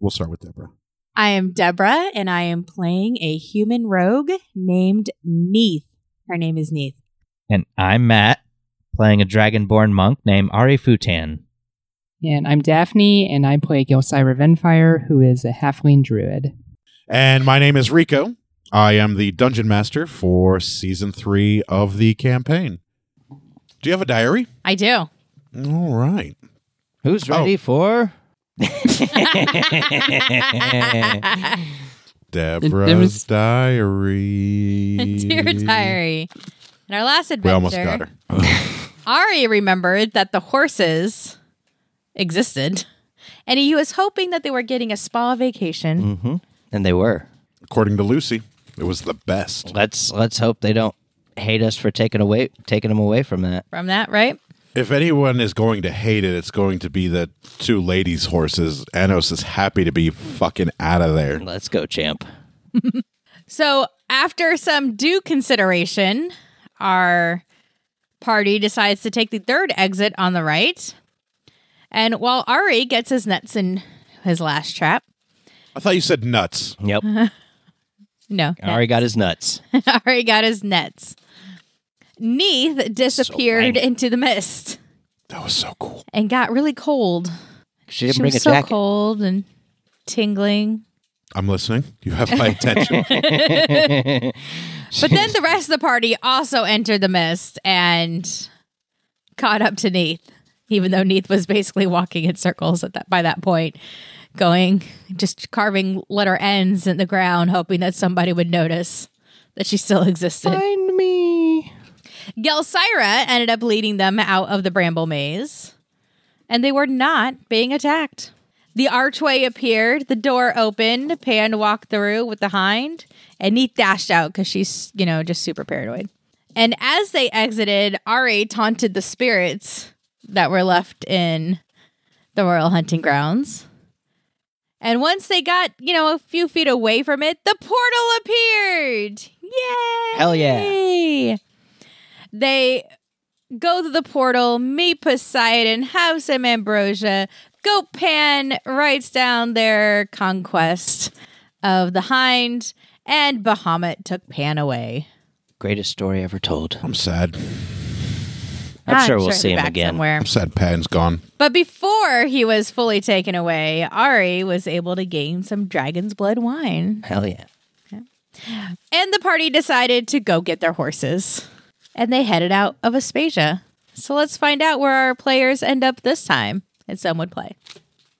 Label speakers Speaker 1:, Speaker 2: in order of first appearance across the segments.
Speaker 1: We'll start with Deborah.
Speaker 2: I am Deborah, and I am playing a human rogue named Neith. Her name is Neith.
Speaker 3: And I'm Matt, playing a dragonborn monk named Ari Futan.
Speaker 4: And I'm Daphne, and I play Gilcyra Venfire, who is a halfling druid.
Speaker 1: And my name is Rico. I am the dungeon master for season three of the campaign. Do you have a diary?
Speaker 2: I do.
Speaker 1: All right.
Speaker 3: Who's
Speaker 1: ready
Speaker 3: for?
Speaker 1: Deborah's diary.
Speaker 2: Dear diary. In our last adventure,
Speaker 1: We almost got her.
Speaker 2: Ari remembered that the horses existed, and he was hoping that they were getting a spa vacation.
Speaker 1: Mm.
Speaker 3: And they were.
Speaker 1: According to Lucy, it was the best.
Speaker 3: Let's let's hope they don't hate us for taking away taking them away from that.
Speaker 2: from that, right?
Speaker 1: If anyone is going to hate it, it's going to be the two ladies' horses. Anos is happy to be fucking out of there.
Speaker 3: Let's go, champ.
Speaker 2: So, after some due consideration, our party decides to take the third exit on the right. And while Ari gets his nuts in his last trap,
Speaker 1: I thought you said nuts.
Speaker 3: Yep.
Speaker 2: no,
Speaker 3: Ari got his nuts.
Speaker 2: Ari got his nets. Neith disappeared
Speaker 3: lank.
Speaker 2: into the mist
Speaker 1: That was so cool.
Speaker 2: and got really cold.
Speaker 3: She didn't
Speaker 2: she
Speaker 3: bring
Speaker 2: was
Speaker 3: a
Speaker 2: so
Speaker 3: jacket.
Speaker 2: cold and tingling.
Speaker 1: I'm listening. You have my attention.
Speaker 2: But then the rest of the party also entered the mist and caught up to Neith, even though Neith was basically walking in circles at that by that point, going just carving letter ends in the ground, hoping that somebody would notice that she still existed. Find me. Gelsira ended up leading them out of the bramble maze, and they were not being attacked. The archway appeared, the door opened, Pan walked through with the hind, and Neith dashed out because she's, you know, just super paranoid. And as they exited, Ari taunted the spirits that were left in the royal hunting grounds. And once they got, you know, a few feet away from it, the portal appeared. Yay!
Speaker 3: Hell
Speaker 2: yeah. They go to the portal, meet Poseidon, have some ambrosia. Goat Pan writes down their conquest of the hind, and Bahamut took Pan away.
Speaker 3: Greatest story ever told.
Speaker 1: I'm sad.
Speaker 3: I'm, sure we'll
Speaker 2: he'll
Speaker 3: see
Speaker 2: be
Speaker 3: him
Speaker 2: back
Speaker 3: again.
Speaker 2: somewhere.
Speaker 1: I'm sad Pan's gone.
Speaker 2: But before he was fully taken away, Ari was able to gain some dragon's blood wine,
Speaker 3: Hell yeah.
Speaker 2: and the party decided to go get their horses, and they headed out of Aspasia. So let's find out where our players end up this time, and some would play.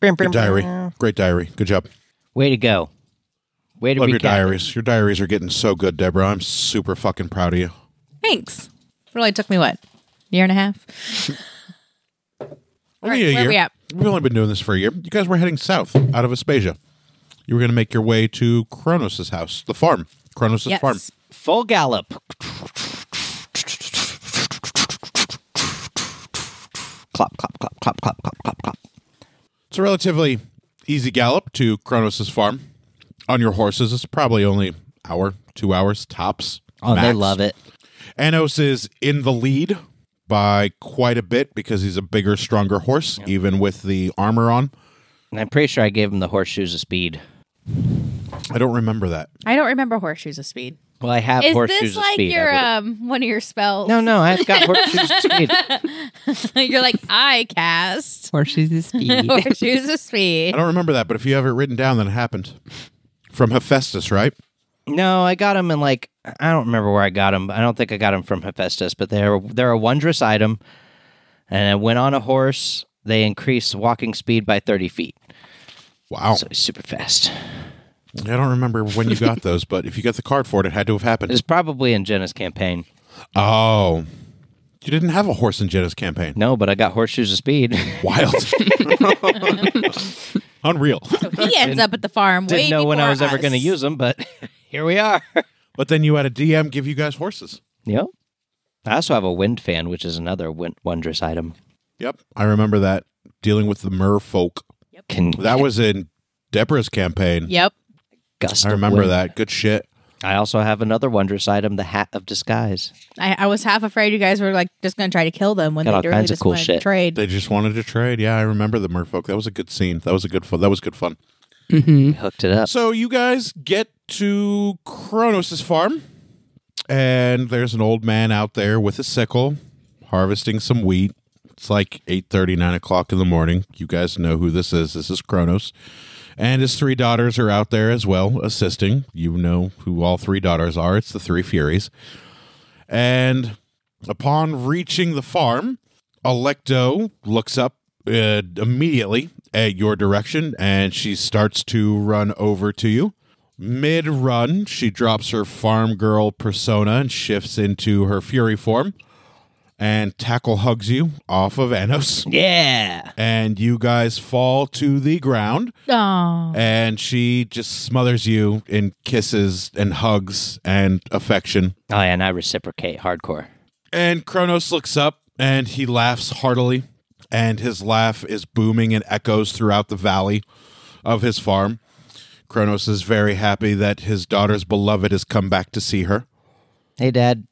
Speaker 1: Good diary. Great diary. Good job.
Speaker 3: Way to go. Way to
Speaker 1: Love your
Speaker 3: recap.
Speaker 1: diaries. Your diaries are getting so good, Deborah. I'm super fucking proud of you.
Speaker 2: Thanks. Really took me what year and a half.
Speaker 1: Only
Speaker 2: right,
Speaker 1: a
Speaker 2: where
Speaker 1: year.
Speaker 2: we at?
Speaker 1: We've only been doing this for a year. You guys were heading south out of Aspasia. You were going to make your way to Kronos' house, the farm. Kronos'
Speaker 2: Yes.
Speaker 1: farm.
Speaker 3: Full gallop. Clop, clop, clop, clop, clop, clop, clop, clop.
Speaker 1: It's a relatively easy gallop to Kronos' farm. On your horses, it's probably only hour, two hours tops.
Speaker 3: Oh, they
Speaker 1: max.
Speaker 3: love it.
Speaker 1: Anos is in the lead by quite a bit because he's a bigger, stronger horse, even with the armor on.
Speaker 3: And I'm pretty sure I gave him the horseshoes of speed.
Speaker 1: I don't remember that.
Speaker 2: I don't remember horseshoes of speed.
Speaker 3: Well, I have
Speaker 2: Is
Speaker 3: horseshoes
Speaker 2: this
Speaker 3: of
Speaker 2: like
Speaker 3: speed. I
Speaker 2: your
Speaker 3: would've-
Speaker 2: um one of your spells?
Speaker 3: no, no, I've got horseshoes of speed.
Speaker 2: You're like I cast
Speaker 4: Horseshoes is speed.
Speaker 2: horseshoes of speed.
Speaker 1: I don't remember that, but if you have it written down, then it happened. From Hephaestus, right?
Speaker 3: No, I got them in like I don't remember where I got them. I don't think I got them from Hephaestus, but they're they're a wondrous item, And when on a horse, they increase walking speed by 30 feet.
Speaker 1: Wow.
Speaker 3: So it's super fast.
Speaker 1: I don't remember when you got those, but if you got the card for it, it had to have happened.
Speaker 3: It's probably in Jenna's campaign.
Speaker 1: Oh. You didn't have a horse and Jenna's campaign.
Speaker 3: No, but I got horseshoes of speed.
Speaker 1: Wild. Unreal.
Speaker 2: He ends up at the farm.
Speaker 3: Didn't
Speaker 2: way
Speaker 3: know when I
Speaker 2: before
Speaker 3: was ever
Speaker 2: us.
Speaker 3: going to use them, but here we are.
Speaker 1: But then you had a DM give you guys horses.
Speaker 3: Yep. I also have a wind fan, which is another win- wondrous item.
Speaker 1: Yep. I remember that dealing with the merfolk.
Speaker 3: Can
Speaker 1: That was in Deborah's campaign.
Speaker 2: Yep.
Speaker 3: gust
Speaker 1: I
Speaker 3: of
Speaker 1: remember
Speaker 3: wind.
Speaker 1: that. Good shit.
Speaker 3: I also have another wondrous item, the hat of disguise.
Speaker 2: I, I was half afraid you guys were like just going to try to kill them when
Speaker 3: Got all
Speaker 2: they really
Speaker 3: kinds of
Speaker 2: just
Speaker 3: cool
Speaker 2: wanted to
Speaker 3: shit.
Speaker 2: trade.
Speaker 1: They just wanted to trade. Yeah, I remember the merfolk. That was a good scene. That was a good fun. That was good fun.
Speaker 3: I hooked it up.
Speaker 1: So you guys get to Kronos' farm, and there's an old man out there with a sickle harvesting some wheat. It's like 8.30, 9 o'clock in the morning. You guys know who this is. This is Kronos. And his three daughters are out there as well, assisting. You know who all three daughters are. It's the Three Furies. And upon reaching the farm, Electo looks up uh, immediately at your direction and she starts to run over to you. Mid run, she drops her farm girl persona and shifts into her fury form. And Tackle hugs you off of Anos.
Speaker 3: Yeah.
Speaker 1: And you guys fall to the ground.
Speaker 2: Aw.
Speaker 1: And she just smothers you in kisses and hugs and affection.
Speaker 3: Oh, yeah, and I reciprocate hardcore.
Speaker 1: And Kronos looks up and he laughs heartily, and his laugh is booming and echoes throughout the valley of his farm. Kronos is very happy that his daughter's beloved has come back to see her.
Speaker 3: Hey, Dad.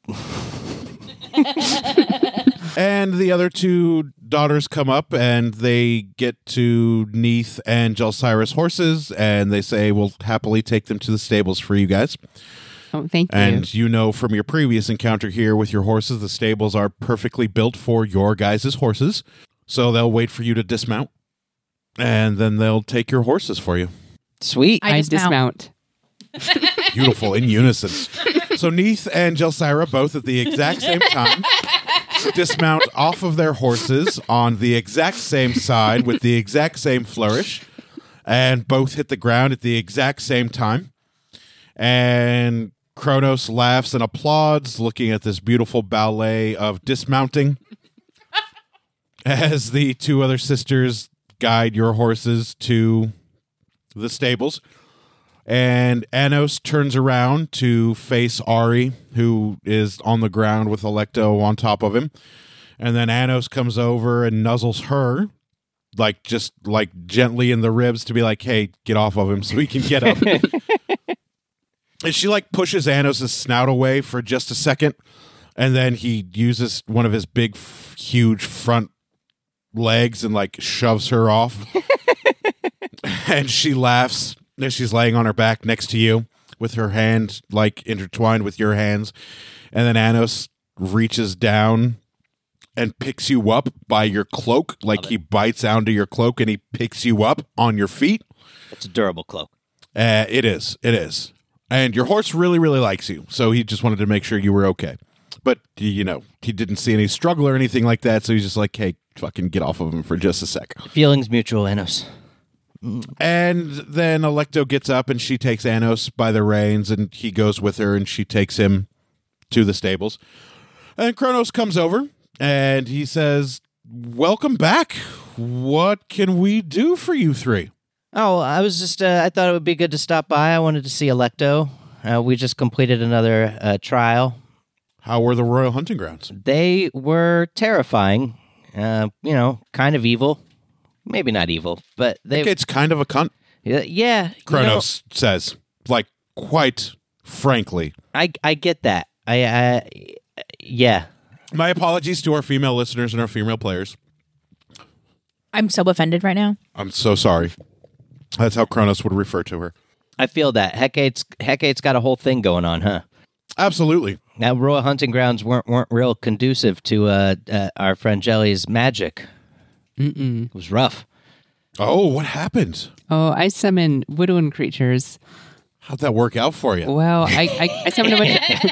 Speaker 1: And the other two daughters come up and they get to Neath and Jelsira's horses, and they say, We'll happily take them to the stables for you guys.
Speaker 4: Oh, thank you.
Speaker 1: And you know from your previous encounter here with your horses, the stables are perfectly built for your guys' horses. So they'll wait for you to dismount and then they'll take your horses for you.
Speaker 3: Sweet.
Speaker 2: I
Speaker 4: I
Speaker 2: dismount.
Speaker 4: dismount.
Speaker 1: Beautiful in unison. So Neith and Jelsira both at the exact same time dismount off of their horses on the exact same side with the exact same flourish and both hit the ground at the exact same time. And Kronos laughs and applauds, looking at this beautiful ballet of dismounting as the two other sisters guide your horses to the stables. And Anos turns around to face Ari, who is on the ground with Electo on top of him. And then Anos comes over and nuzzles her, like just like gently in the ribs to be like, hey, get off of him so he can get up. and she like pushes Anos' snout away for just a second. And then he uses one of his big, f- huge front legs and like shoves her off and she laughs as she's laying on her back next to you with her hand like intertwined with your hands and then anos reaches down and picks you up by your cloak like he bites onto your cloak and he picks you up on your feet
Speaker 3: It's a durable cloak.
Speaker 1: uh, it is it is and your horse really really likes you so he just wanted to make sure you were okay but you know he didn't see any struggle or anything like that so he's just like hey fucking get off of him for just a sec
Speaker 3: Feelings mutual, Enos.
Speaker 1: And then Electo gets up and she takes Anos by the reins and he goes with her and she takes him to the stables. And Kronos comes over and he says, Welcome back. What can we do for you three?
Speaker 3: Oh, I was just, uh, I thought it would be good to stop by. I wanted to see Electo. Uh, we just completed another uh, trial.
Speaker 1: How were the royal hunting grounds?
Speaker 3: They were terrifying, uh, you know, kind of evil. Maybe not evil, but they.
Speaker 1: It's kind of a cunt,
Speaker 3: Yeah, yeah. you know,
Speaker 1: Kronos says, like quite frankly.
Speaker 3: I I get that. I, I yeah.
Speaker 1: My apologies to our female listeners and our female players.
Speaker 2: I'm so offended right now.
Speaker 1: I'm so sorry. That's how Kronos would refer to her.
Speaker 3: I feel that. Hecate's Hecate's got a whole thing going on, huh?
Speaker 1: Absolutely.
Speaker 3: Now, royal hunting grounds weren't weren't real conducive to uh, uh our friend Jelly's magic. Mm-mm. It was rough.
Speaker 1: Oh, what happened?
Speaker 4: Oh, I summon woodland creatures.
Speaker 1: How'd that work out for you?
Speaker 4: Well, I, I, I summoned a bunch. Of,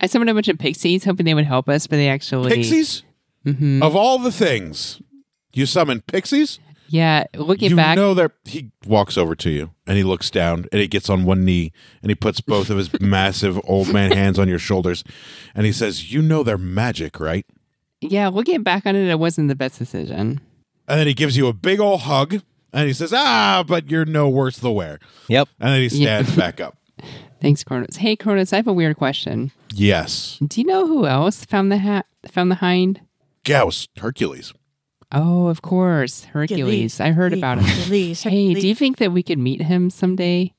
Speaker 4: I summoned a bunch of pixies, hoping they would help us, but they actually
Speaker 1: Pixies?
Speaker 4: Mm-hmm.
Speaker 1: Of all the things, you summon pixies.
Speaker 4: Yeah, looking
Speaker 1: you
Speaker 4: back,
Speaker 1: know that he walks over to you and he looks down and he gets on one knee and he puts both of his massive old man hands on your shoulders and he says, "You know they're magic, right?"
Speaker 4: yeah, looking back on it, it wasn't the best decision.
Speaker 1: And then he gives you a big old hug and he says, "Ah, but you're no worse the wear."
Speaker 3: Yep.
Speaker 1: And then he
Speaker 4: Yeah.
Speaker 1: stands back up.
Speaker 4: Thanks, Cronus. Hey, Cronus, I have a weird question.
Speaker 1: Yes,
Speaker 4: Do you know who else found the hat? Found the hind?
Speaker 1: Gauss, Hercules.
Speaker 4: Oh, of course, Hercules. I heard about him.
Speaker 2: Hercules.
Speaker 4: Hey, do you think that we could meet him someday?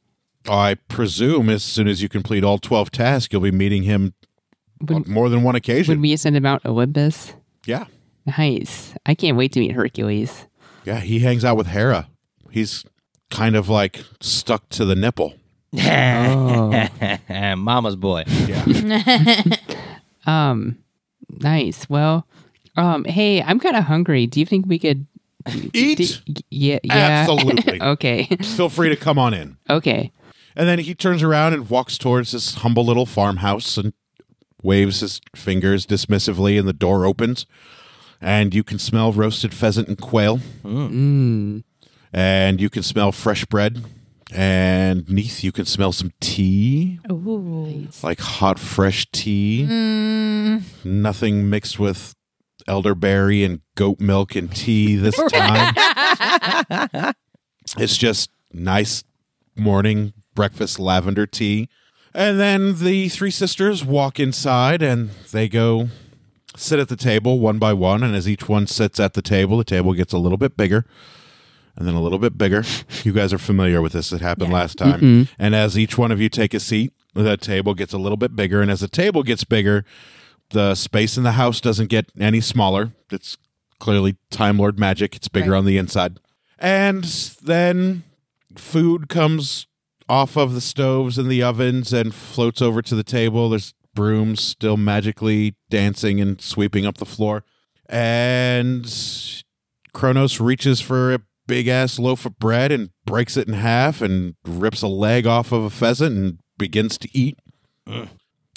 Speaker 1: I presume as soon as you complete all twelve tasks, you'll be meeting him on more than one occasion.
Speaker 4: Would we ascend to Mount Olympus?
Speaker 1: yeah,
Speaker 4: Nice. I can't wait to meet Hercules.
Speaker 1: yeah. He hangs out with Hera. He's kind of like stuck to the nipple.
Speaker 4: Oh,
Speaker 3: Mama's boy.
Speaker 4: um, nice. Well, um, hey, I'm kind of hungry. Do you think we could?
Speaker 1: Eat.
Speaker 4: d- yeah, yeah.
Speaker 1: Absolutely.
Speaker 4: okay,
Speaker 1: Feel free to come on in.
Speaker 4: okay.
Speaker 1: And then he turns around and walks towards this humble little farmhouse and waves his fingers dismissively, and the door opens. And you can smell roasted pheasant and quail. And you can smell fresh bread. And neath, you can smell some tea,
Speaker 2: Ooh.
Speaker 1: like hot, fresh tea. Nothing mixed with elderberry and goat milk and tea this time. It's just nice morning breakfast lavender tea. And then the three sisters walk inside and they go sit at the table one by one. And as each one sits at the table, the table gets a little bit bigger and then a little bit bigger. You guys are familiar with this, it happened last time. And as each one of you take a seat, the table gets a little bit bigger. And as the table gets bigger, the space in the house doesn't get any smaller. It's clearly Time Lord magic, it's bigger on the inside. And then food comes off of the stoves and the ovens and floats over to the table. There's brooms still magically dancing and sweeping up the floor. And Kronos reaches for a big ass loaf of bread and breaks it in half and rips a leg off of a pheasant and begins to eat.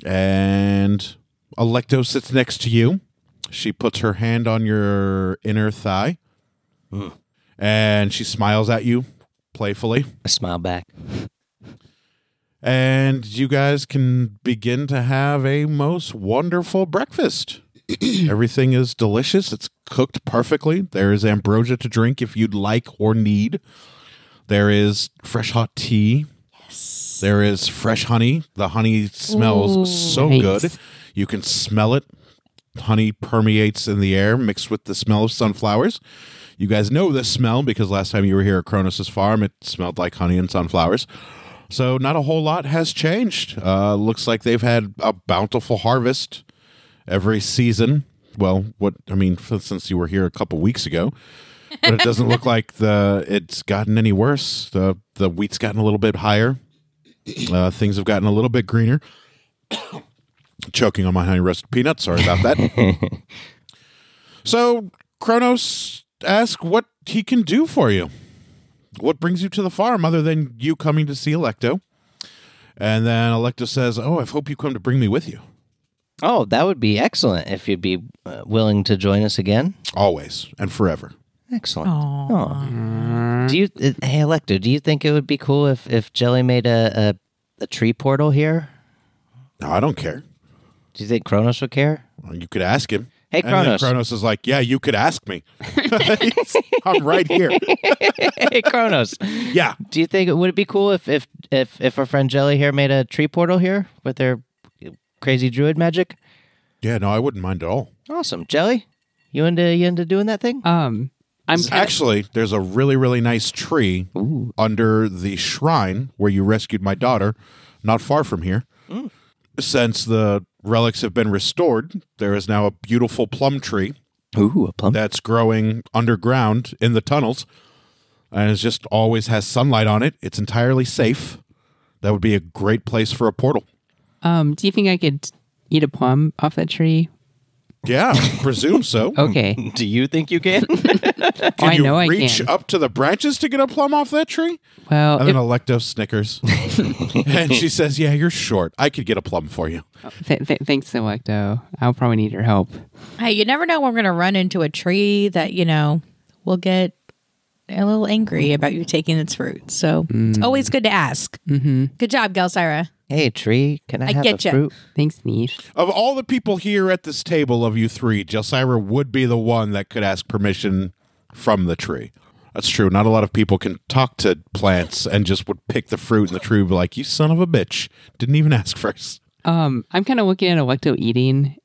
Speaker 1: And Electo sits next to you. She puts her hand on your inner thigh and she smiles at you playfully.
Speaker 3: I smile back.
Speaker 1: And you guys can begin to have a most wonderful breakfast. Everything is delicious. It's cooked perfectly. There is ambrosia to drink if you'd like or need. There is fresh hot tea. Yes. There is fresh honey. The honey smells
Speaker 2: Ooh.
Speaker 1: so
Speaker 4: Nice.
Speaker 1: good. You can smell it. Honey permeates in the air, mixed with the smell of sunflowers. You guys know this smell because last time you were here at Cronus's farm, it smelled like honey and sunflowers. So not a whole lot has changed. Uh, looks like they've had a bountiful harvest every season. Well, what I mean, f- since you were here a couple weeks ago, but it doesn't look like the it's gotten any worse. the The wheat's gotten a little bit higher. Uh, things have gotten a little bit greener. Choking on my honey roasted peanut. Sorry about that. so Kronos asks what he can do for you. What brings you to the farm other than you coming to see Electo? And then Electo says, "Oh, I hope you come to bring me with you."
Speaker 3: Oh, that would be excellent if you'd be uh, willing to join us again.
Speaker 1: always and forever.
Speaker 3: Excellent. Oh. Do you, uh, hey Electo, do you think it would be cool if if Jelly made a a, a tree portal here?
Speaker 1: No, I don't care.
Speaker 3: Do you think Kronos would care?
Speaker 1: Well, You could ask him.
Speaker 3: Hey,
Speaker 1: And then
Speaker 3: Kronos.
Speaker 1: Kronos is like, yeah, you could ask me. I'm right here.
Speaker 3: hey Kronos,
Speaker 1: Yeah,
Speaker 3: do you think would it be cool if if if if our friend Jelly here made a tree portal here with their crazy druid magic?
Speaker 1: yeah. No, I wouldn't mind at all.
Speaker 3: Awesome, Jelly. You into you into doing that thing?
Speaker 4: Um, I'm kind
Speaker 1: Actually, there's a really, really nice tree under the shrine where you rescued my daughter, not far from here.
Speaker 3: Mm.
Speaker 1: Since the relics have been restored, there is now a beautiful plum tree
Speaker 3: Ooh, a plum.
Speaker 1: that's growing underground in the tunnels and it just always has sunlight on it. It's entirely safe. That would be a great place for a portal.
Speaker 4: um, do you think I could eat a plum off that tree?
Speaker 1: Yeah, presume so.
Speaker 4: Okay.
Speaker 3: Do you think you can?
Speaker 4: Oh,
Speaker 1: Can
Speaker 4: I
Speaker 1: you
Speaker 4: know I
Speaker 1: reach
Speaker 4: can.
Speaker 1: up to the branches to get a plum off that tree?
Speaker 4: Well,
Speaker 1: And
Speaker 4: if-
Speaker 1: then Electo snickers. and she says, Yeah, you're short. I could get a plum for you.
Speaker 4: th- th- thanks, Selecto. I'll probably need your help.
Speaker 2: Hey, you never know when we're going to run into a tree that, you know, will get a little angry about you taking its fruit. So
Speaker 4: Mm.
Speaker 2: it's always good to ask. Mm-hmm. Good job, Gelsira.
Speaker 3: hey, tree, can I,
Speaker 2: I
Speaker 3: have
Speaker 2: get
Speaker 3: a
Speaker 2: ya.
Speaker 3: fruit?
Speaker 4: Thanks, Nish.
Speaker 1: Of all the people here at this table of you three, Jelsira would be the one that could ask permission from the tree. That's true. Not a lot of people can talk to plants and just would pick the fruit and the tree would be like, You son of a bitch. Didn't even ask first.
Speaker 4: Um, I'm kind of looking at Electo eating.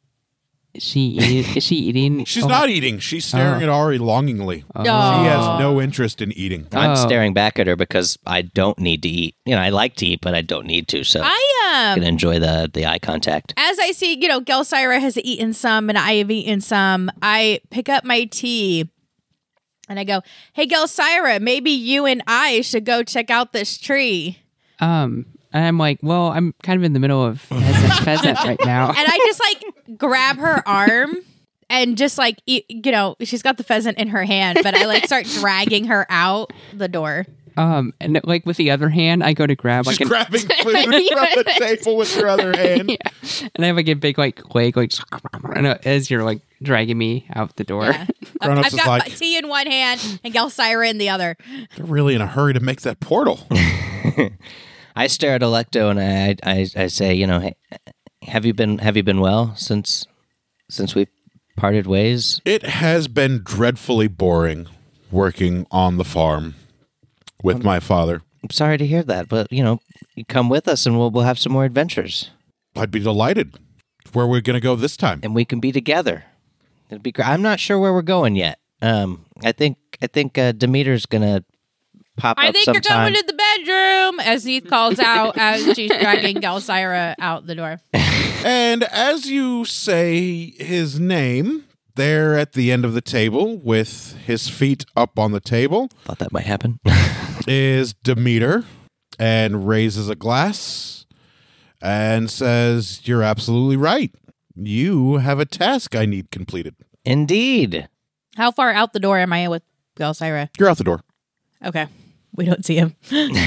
Speaker 4: Is she eating? is she eating?
Speaker 1: She's not eating. She's staring at Ari longingly. She has no interest in eating.
Speaker 3: I'm staring back at her because I don't need to eat. You know, I like to eat, but I don't need to. So I
Speaker 2: I um,
Speaker 3: can enjoy the the eye contact.
Speaker 2: as I see, you know, Gelsira has eaten some and I have eaten some, I pick up my tea and I go, Hey, Gelsira, maybe you and I should go check out this tree.
Speaker 4: Um, and I'm like, well, I'm kind of in the middle of pheasant, pheasant right now.
Speaker 2: And I just like grab her arm and just like, eat, you know, she's got the pheasant in her hand, but I like start dragging her out the door.
Speaker 4: Um, and like with the other hand, I go to grab like an,
Speaker 1: She's grabbing food from the table with her other hand.
Speaker 4: and I have like a big like leg like and, uh, as you're like dragging me out the door.
Speaker 2: Yeah.
Speaker 1: Grown ups
Speaker 2: I've
Speaker 1: is
Speaker 2: got my
Speaker 1: like,
Speaker 2: tea in one hand and Gelsira in the other.
Speaker 1: they're really in a hurry to make that portal.
Speaker 3: I stare at Electo and I I, I say, you know, hey, have you been have you been well since since we parted ways?
Speaker 1: it has been dreadfully boring working on the farm with my father.
Speaker 3: I'm sorry to hear that, but you know, you come with us and we'll we'll have some more adventures
Speaker 1: I'd be delighted. Where we're going to go this time?
Speaker 3: and we can be together. It'd be great. I'm not sure where we're going yet. Um, I think I think uh, Demeter's gonna pop
Speaker 2: I
Speaker 3: up
Speaker 2: think you're
Speaker 3: sometime.
Speaker 2: going to the bedroom, as Neith calls out as she's dragging Gelsira out the door.
Speaker 1: And as you say his name, there at the end of the table, with his feet up on the table,
Speaker 3: Thought that might happen.
Speaker 1: is Demeter and raises a glass and says, You're absolutely right. You have a task I need completed.
Speaker 3: Indeed.
Speaker 2: How far out the door am I with Gelsira?
Speaker 1: You're out the door.
Speaker 2: Okay. We don't see him.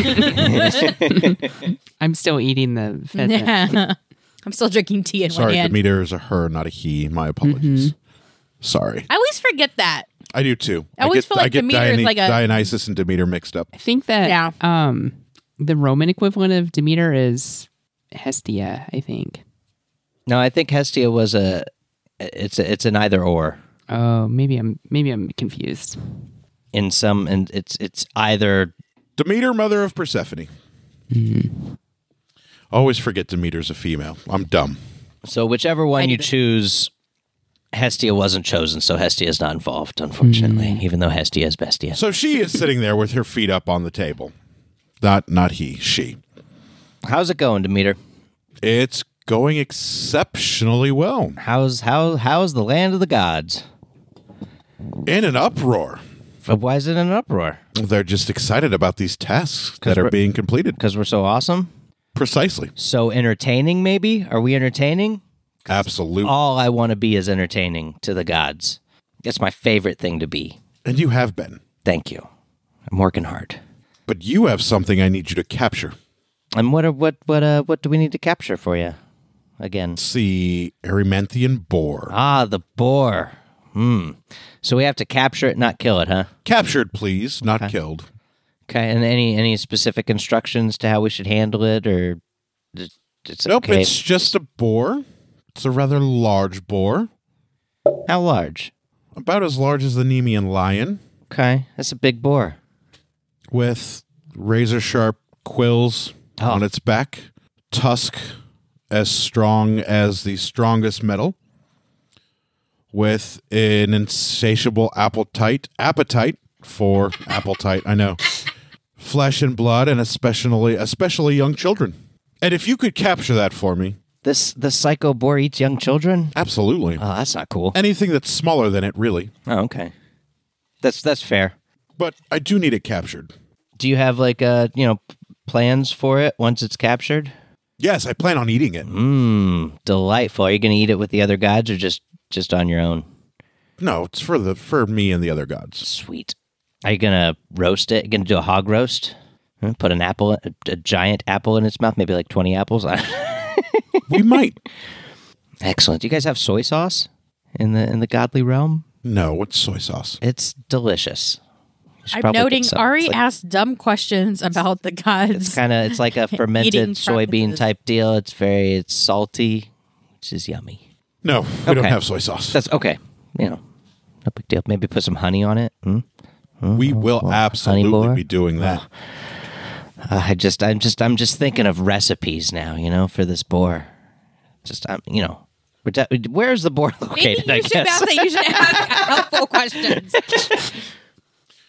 Speaker 4: I'm still eating the pheasant.
Speaker 2: I'm still drinking tea in
Speaker 1: Sorry,
Speaker 2: one hand.
Speaker 1: Demeter is a her, not a he. My apologies.
Speaker 2: Mm-hmm.
Speaker 1: Sorry.
Speaker 2: I always forget that.
Speaker 1: I do too.
Speaker 2: I always feel like Demeter is like a-
Speaker 1: Dionysus and Demeter mixed up.
Speaker 4: I think that
Speaker 2: Yeah.
Speaker 4: um the Roman equivalent of Demeter is Hestia, I think.
Speaker 3: No, I think Hestia was a. It's a, it's an either or
Speaker 4: Oh, maybe I'm maybe I'm confused.
Speaker 3: in some, and it's it's either
Speaker 1: Demeter, mother of Persephone.
Speaker 2: Mm-hmm.
Speaker 1: Always forget Demeter's a female. I'm dumb.
Speaker 3: so whichever one you choose. Hestia wasn't chosen, so Hestia is not involved, unfortunately. Even though Hestia is Bestia.
Speaker 1: So she is sitting there with her feet up on the table. Not not he, she.
Speaker 3: How's it going, Demeter?
Speaker 1: It's going exceptionally well.
Speaker 3: How's how how's the land of the gods?
Speaker 1: In an uproar.
Speaker 3: But why is it in an uproar?
Speaker 1: They're just excited about these tasks that are
Speaker 3: we're-
Speaker 1: being completed.
Speaker 3: Because we're so awesome,
Speaker 1: Precisely.
Speaker 3: so entertaining. Maybe are we entertaining?
Speaker 1: Absolutely.
Speaker 3: All I want to be is entertaining to the gods. That's my favorite thing to be.
Speaker 1: And you have been.
Speaker 3: Thank you. I'm working hard.
Speaker 1: But you have something I need you to capture.
Speaker 3: And what are, what what uh what do we need to capture for you? Again,
Speaker 1: It's the Erymanthian boar.
Speaker 3: ah, the boar. Hmm. So we have to capture it, not kill it, huh?
Speaker 1: Captured, please, not killed.
Speaker 3: Okay. And any any specific instructions to how we should handle it, or it's- it's
Speaker 1: Nope,
Speaker 3: okay.
Speaker 1: it's just a boar. It's a rather large boar,
Speaker 3: how large?
Speaker 1: about as large as the Nemean lion,
Speaker 3: Okay, that's a big boar.
Speaker 1: with razor sharp quills
Speaker 3: Oh.
Speaker 1: on its back, tusk as strong as the strongest metal, with an insatiable appetite, appetite for appetite, I know, flesh and blood, and especially especially young children. And if you could capture that for me,
Speaker 3: This the psycho boar eats young children.
Speaker 1: absolutely.
Speaker 3: Oh, that's not cool.
Speaker 1: Anything that's smaller than it, really.
Speaker 3: Oh, okay. That's that's fair.
Speaker 1: but I do need it captured.
Speaker 3: Do you have like uh you know p- plans for it once it's captured?
Speaker 1: Yes, I plan on eating it.
Speaker 3: Mmm, delightful. Are you going to eat it with the other gods or just just on your own?
Speaker 1: No, it's for the for me and the other gods.
Speaker 3: Sweet. Are you gonna roast it? Gonna do a hog roast? Hmm, Put an apple, a, a giant apple in its mouth, maybe like twenty apples.
Speaker 1: We might.
Speaker 3: Excellent. Do you guys have soy sauce in the in the godly realm?
Speaker 1: No, what's soy sauce?
Speaker 3: It's delicious. You should
Speaker 2: I'm
Speaker 3: probably get
Speaker 2: noting
Speaker 3: some.
Speaker 2: Ari
Speaker 3: It's like-
Speaker 2: asked dumb questions about the
Speaker 3: It's
Speaker 2: gods.
Speaker 3: kind of it's like a fermented soybean
Speaker 2: practices.
Speaker 3: type deal. It's very it's salty, which is yummy.
Speaker 1: No, we don't
Speaker 3: Okay.
Speaker 1: have soy sauce.
Speaker 3: That's okay. You know, no big deal. Maybe put some honey on it. Hmm?
Speaker 1: we will absolutely
Speaker 3: boar?
Speaker 1: be doing that.
Speaker 3: Ah. Uh, I just I'm just I'm just thinking of recipes now. You know, for this boar. Just I'm you know, we're de- where's the boar
Speaker 2: Maybe
Speaker 3: located?
Speaker 2: you
Speaker 3: I
Speaker 2: should
Speaker 3: guess.
Speaker 2: ask that you should ask helpful questions.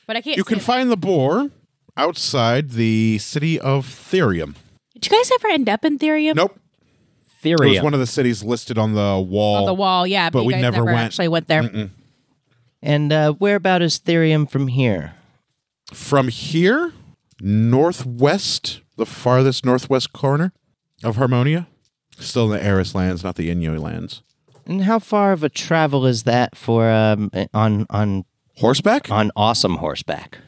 Speaker 2: but I can't.
Speaker 1: You can
Speaker 2: say-
Speaker 1: find the boar outside the city of Therium.
Speaker 2: Did you guys ever end up in Therium?
Speaker 1: Nope. It
Speaker 3: Theory.
Speaker 1: was one of the cities listed on the wall.
Speaker 2: On the wall, yeah, but,
Speaker 1: But
Speaker 2: you
Speaker 1: we
Speaker 2: guys
Speaker 1: never
Speaker 2: never,
Speaker 1: went.
Speaker 2: actually went there.
Speaker 3: and uh, where about is Therium from here?
Speaker 1: From here, northwest, the farthest northwest corner of Harmonia. Still in the Eris lands, not the Inui lands.
Speaker 3: And how far of a travel is that for um, on on
Speaker 1: Horseback?
Speaker 3: on awesome horseback?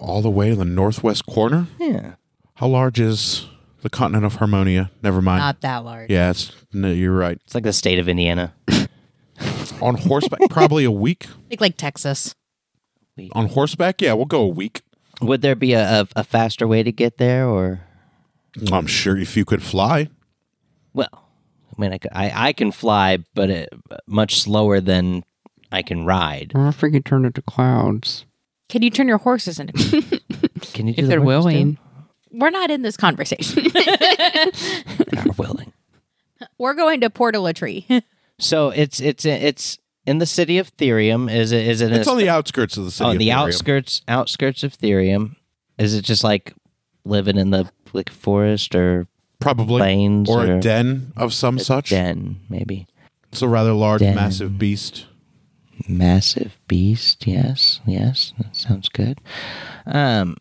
Speaker 1: All the way to the northwest corner?
Speaker 3: Yeah.
Speaker 1: How large is the continent of Harmonia? Never mind.
Speaker 2: Not that large.
Speaker 1: yeah, it's, no, you're right.
Speaker 3: It's like the state of Indiana.
Speaker 1: On horseback, probably a week.
Speaker 2: Think like Texas.
Speaker 1: On horseback, yeah, we'll go a week.
Speaker 3: Would there be a, a, a faster way to get there, or Mm.
Speaker 1: I'm sure if you could fly.
Speaker 3: well, I mean, I, c- I- I can fly, but it, much slower than I can ride.
Speaker 5: Or if we could turn it to clouds.
Speaker 2: Can you turn your horses into?
Speaker 3: Can you do
Speaker 4: if
Speaker 3: the
Speaker 4: they're
Speaker 3: horses,
Speaker 4: willing.
Speaker 2: We're not in this conversation.
Speaker 3: too? They're willing.
Speaker 2: We're going to Port La Tree.
Speaker 3: So it's it's it's in the city of Therium. Is it is it
Speaker 1: It's on the outskirts of the city.
Speaker 3: on
Speaker 1: of
Speaker 3: the
Speaker 1: Therium.
Speaker 3: outskirts outskirts of Therium? Is it just like living in the like forest or
Speaker 1: probably,
Speaker 3: plains
Speaker 1: or
Speaker 3: or-
Speaker 1: a den of some such.
Speaker 3: den? Maybe
Speaker 1: It's a rather large,
Speaker 3: Den.
Speaker 1: massive beast.
Speaker 3: massive beast. Yes, yes, that sounds good. Um,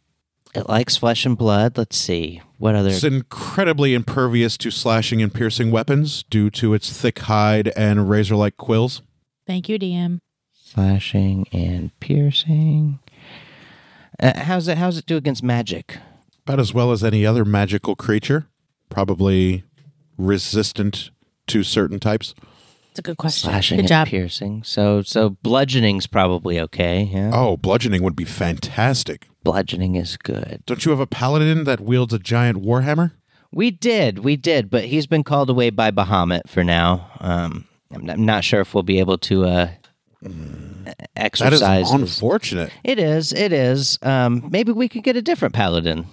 Speaker 3: it likes flesh and blood. Let's see what other.
Speaker 1: It's incredibly impervious to slashing and piercing weapons due to its thick hide and razor-like quills.
Speaker 2: Thank you, DM.
Speaker 3: slashing and piercing. Uh, how's it? How's it do against magic?
Speaker 1: About as well as any other magical creature, probably resistant to certain types.
Speaker 2: It's a good question.
Speaker 3: Slashing
Speaker 2: good
Speaker 3: and
Speaker 2: job.
Speaker 3: piercing. So so bludgeoning's probably okay. Yeah,
Speaker 1: Oh, bludgeoning would be fantastic.
Speaker 3: bludgeoning is good.
Speaker 1: Don't you have a paladin that wields a giant warhammer?
Speaker 3: We did, we did, but he's been called away by Bahamut for now. Um, I'm, I'm not sure if we'll be able to uh
Speaker 1: That
Speaker 3: exercise.
Speaker 1: is
Speaker 3: this-
Speaker 1: unfortunate.
Speaker 3: It is. It is. Um, maybe we could get a different paladin,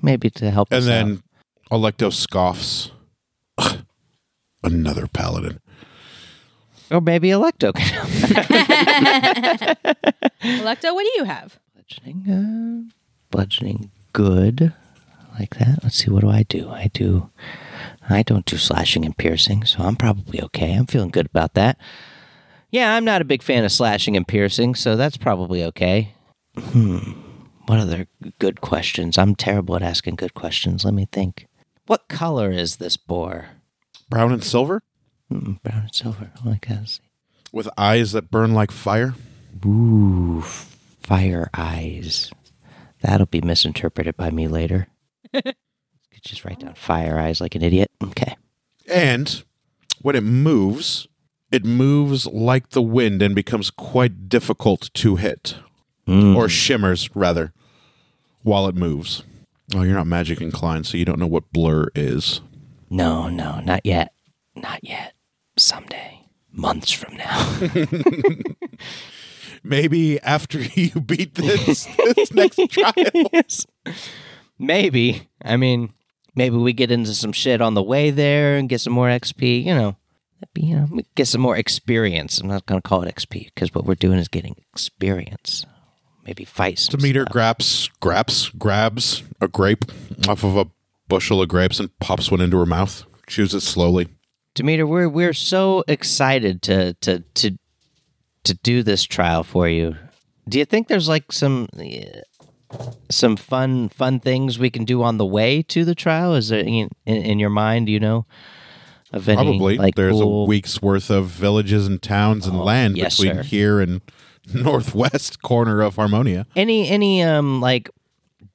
Speaker 3: maybe to help.
Speaker 1: And
Speaker 3: us out.
Speaker 1: then Electo scoffs. "Ugh, Another paladin.
Speaker 3: or maybe Electo can help.
Speaker 2: Electo, what do you have?
Speaker 3: Bludgeoning, uh, bludgeoning, good. I like that. Let's see. What do I do? I do. I don't do slashing and piercing, so I'm probably okay. I'm feeling good about that. Yeah, I'm not a big fan of slashing and piercing, so that's probably okay. Hmm. What other good questions? I'm terrible at asking good questions. Let me think. What color is this boar?
Speaker 1: Brown and silver?
Speaker 3: Mm, brown and silver. Oh, I gotta see.
Speaker 1: With eyes that burn like fire?
Speaker 3: Ooh, fire eyes. That'll be misinterpreted by me later. Could Just write down fire eyes like an idiot. Okay.
Speaker 1: And when it moves, it moves like the wind and becomes quite difficult to hit,
Speaker 3: Hmm. Mm.
Speaker 1: or shimmers rather, while it moves. Oh, you're not magic inclined, so you don't know what blur is.
Speaker 3: No, no, not yet. Not yet. Someday. Months from now.
Speaker 1: Maybe after you beat this, this next trial.
Speaker 3: maybe. I mean, maybe we get into some shit on the way there and get some more XP, you know. That'd be, you know, we get some more experience. I'm not going to call it XP because what we're doing is getting experience. Maybe fight some
Speaker 1: Demeter
Speaker 3: stuff.
Speaker 1: grabs, grabs, grabs a grape off of a bushel of grapes and pops one into her mouth. Chews it slowly.
Speaker 3: Mm-hmm. Demeter, we're we're so excited to to to to do this trial for you. Do you think there's like some uh, some fun fun things we can do on the way to the trial? Is there in, in, in your mind, you know, Of any,
Speaker 1: Probably.
Speaker 3: like
Speaker 1: There's
Speaker 3: cool, Oh,
Speaker 1: a week's worth of villages and towns and land
Speaker 3: yes,
Speaker 1: between
Speaker 3: sir.
Speaker 1: here and northwest corner of Harmonia.
Speaker 3: any any um like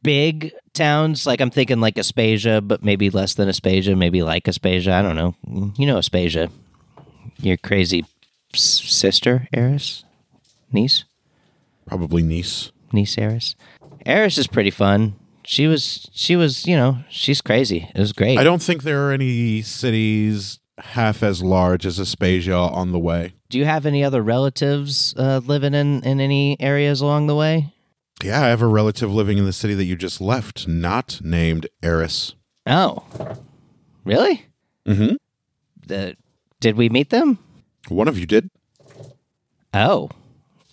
Speaker 3: big towns like i'm thinking like aspasia but maybe less than aspasia maybe like aspasia i don't know you know aspasia your crazy s- sister eris niece
Speaker 1: Probably Nice.
Speaker 3: niece eris eris is pretty fun she was she was you know she's crazy it was great
Speaker 1: I don't think there are any cities half as large as Aspasia on the way.
Speaker 3: do you have any other relatives uh, living in in any areas along the way
Speaker 1: Yeah, I have a relative living in the city that you just left, not named Eris.
Speaker 3: oh really
Speaker 1: Mm-hmm.
Speaker 3: the, did we meet them
Speaker 1: One of you did.
Speaker 3: Oh.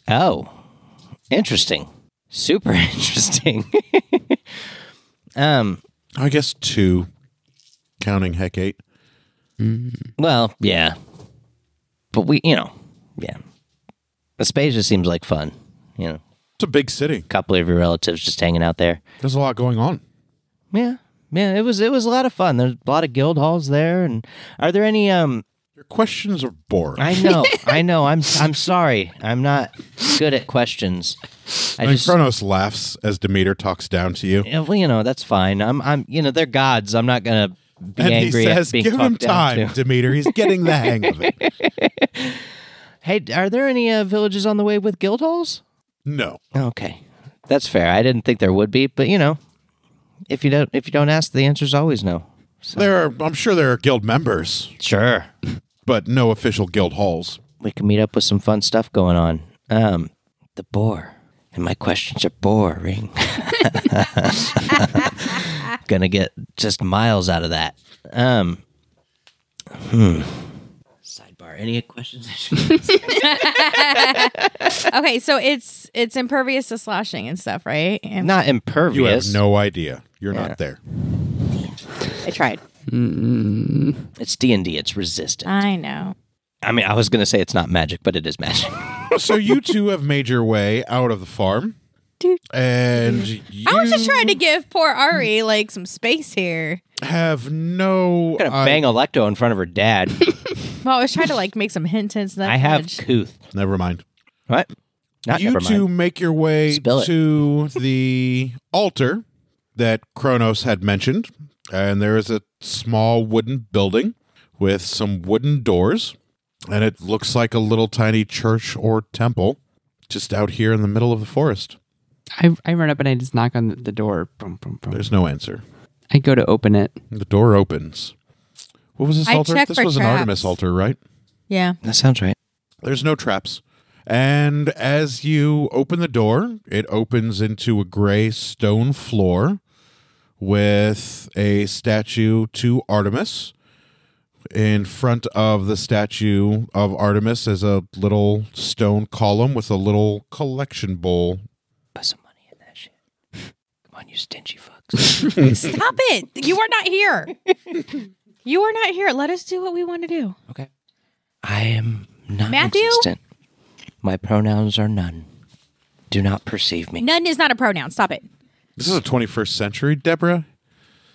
Speaker 3: Oh. Interesting. Super interesting. um
Speaker 1: I guess two, counting Hecate.
Speaker 3: well, yeah. But we, you know, yeah. Aspasia seems like fun, you know.
Speaker 1: It's a big city.
Speaker 3: couple of your relatives just hanging out there.
Speaker 1: There's a lot going on.
Speaker 3: Yeah. Yeah, it was it was a lot of fun. There's a lot of guild halls there and are there any um
Speaker 1: Your questions are boring.
Speaker 3: I know, I know. I'm I'm sorry. I'm not good at questions. I
Speaker 1: and
Speaker 3: just
Speaker 1: Kronos laughs as Demeter talks down to you.
Speaker 3: Yeah, well, you know that's fine. I'm, I'm, you know, they're gods. I'm not gonna be
Speaker 1: and he
Speaker 3: angry
Speaker 1: says,
Speaker 3: at being
Speaker 1: Give him
Speaker 3: talked down
Speaker 1: time,
Speaker 3: to."
Speaker 1: Demeter. He's getting the hang of it.
Speaker 3: Hey, are there any uh, villages on the way with guild halls?
Speaker 1: No.
Speaker 3: Okay, that's fair. I didn't think there would be, but you know, if you don't, if you don't ask, the answer's always no.
Speaker 1: There are, I'm sure there are guild members,
Speaker 3: Sure,
Speaker 1: but no official guild halls.
Speaker 3: we can meet up with some fun stuff going on. Um, the boar, and my questions are boring. Gonna get just miles out of that. Um, hmm. Sidebar. Any questions?
Speaker 2: Okay, so it's it's impervious to slashing and stuff, right? And
Speaker 3: not
Speaker 1: You
Speaker 3: impervious.
Speaker 1: have no idea. You're not there.
Speaker 2: I tried.
Speaker 3: it's D and D. It's resistant.
Speaker 2: I know.
Speaker 3: I mean, I was gonna say it's not magic, but it is magic.
Speaker 1: so you two have made your way out of the farm.
Speaker 2: Dude.
Speaker 1: And you
Speaker 2: I was just trying to give poor Ari like some space here.
Speaker 1: have no.
Speaker 3: I'm gonna bang Electo in front of her dad.
Speaker 2: Well, I was trying to like make some hints and that
Speaker 3: I have
Speaker 2: nudge.
Speaker 3: Kuth.
Speaker 1: never mind.
Speaker 3: What? Not
Speaker 1: you
Speaker 3: never mind.
Speaker 1: two make your way
Speaker 3: Spill it.
Speaker 1: to the altar that Kronos had mentioned, and there is a small wooden building with some wooden doors, and it looks like a little tiny church or temple just out here in the middle of the forest.
Speaker 5: I, I run up and I just knock on the, the door. Boom, boom, boom.
Speaker 1: There's no answer.
Speaker 5: I go to open it.
Speaker 1: The door opens. What was this
Speaker 2: I
Speaker 1: altar?
Speaker 2: check
Speaker 1: This
Speaker 2: for
Speaker 1: was an
Speaker 2: traps.
Speaker 1: Artemis altar, right?
Speaker 2: Yeah.
Speaker 3: That sounds right.
Speaker 1: There's no traps. And as you open the door, it opens into a gray stone floor with a statue to Artemis. In front of the statue of Artemis is a little stone column with a little collection bowl.
Speaker 3: Put some money in that shit. Come on, you stingy fucks.
Speaker 2: Stop it. You are not here. you are not here. Let us do what we want to do.
Speaker 3: okay. I am not
Speaker 2: Matthew?
Speaker 3: existent. My pronouns are none. Do not perceive me.
Speaker 2: None is not a pronoun. Stop it.
Speaker 1: This is a 21st century, Deborah.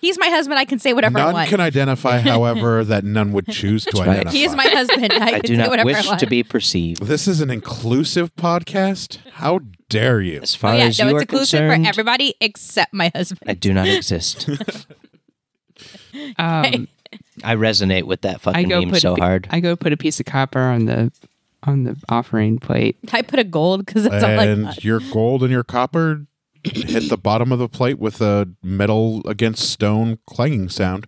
Speaker 2: He's my husband. I can say whatever I
Speaker 1: None
Speaker 2: want.
Speaker 1: can identify, however, that none would choose to
Speaker 3: right.
Speaker 1: identify.
Speaker 2: he is my husband. I,
Speaker 3: I
Speaker 2: can
Speaker 3: do
Speaker 2: say
Speaker 3: not
Speaker 2: whatever I
Speaker 3: wish
Speaker 2: want.
Speaker 3: to be perceived.
Speaker 1: This is an inclusive podcast. How dare you?
Speaker 3: As
Speaker 2: Oh,
Speaker 3: far
Speaker 2: yeah,
Speaker 3: as
Speaker 2: no,
Speaker 3: you
Speaker 2: it's
Speaker 3: are
Speaker 2: inclusive
Speaker 3: concerned,
Speaker 2: for everybody except my husband.
Speaker 3: I do not exist.
Speaker 5: Um,
Speaker 3: I resonate with that
Speaker 5: I
Speaker 3: fucking
Speaker 5: go
Speaker 3: meme
Speaker 5: put
Speaker 3: so
Speaker 5: a, pi-
Speaker 3: hard.
Speaker 5: I go put a piece of copper on the on the offering plate.
Speaker 2: I put a gold because that's all I
Speaker 1: and
Speaker 2: got.
Speaker 1: your gold and your copper hit the bottom of the plate with a metal against stone clanging sound.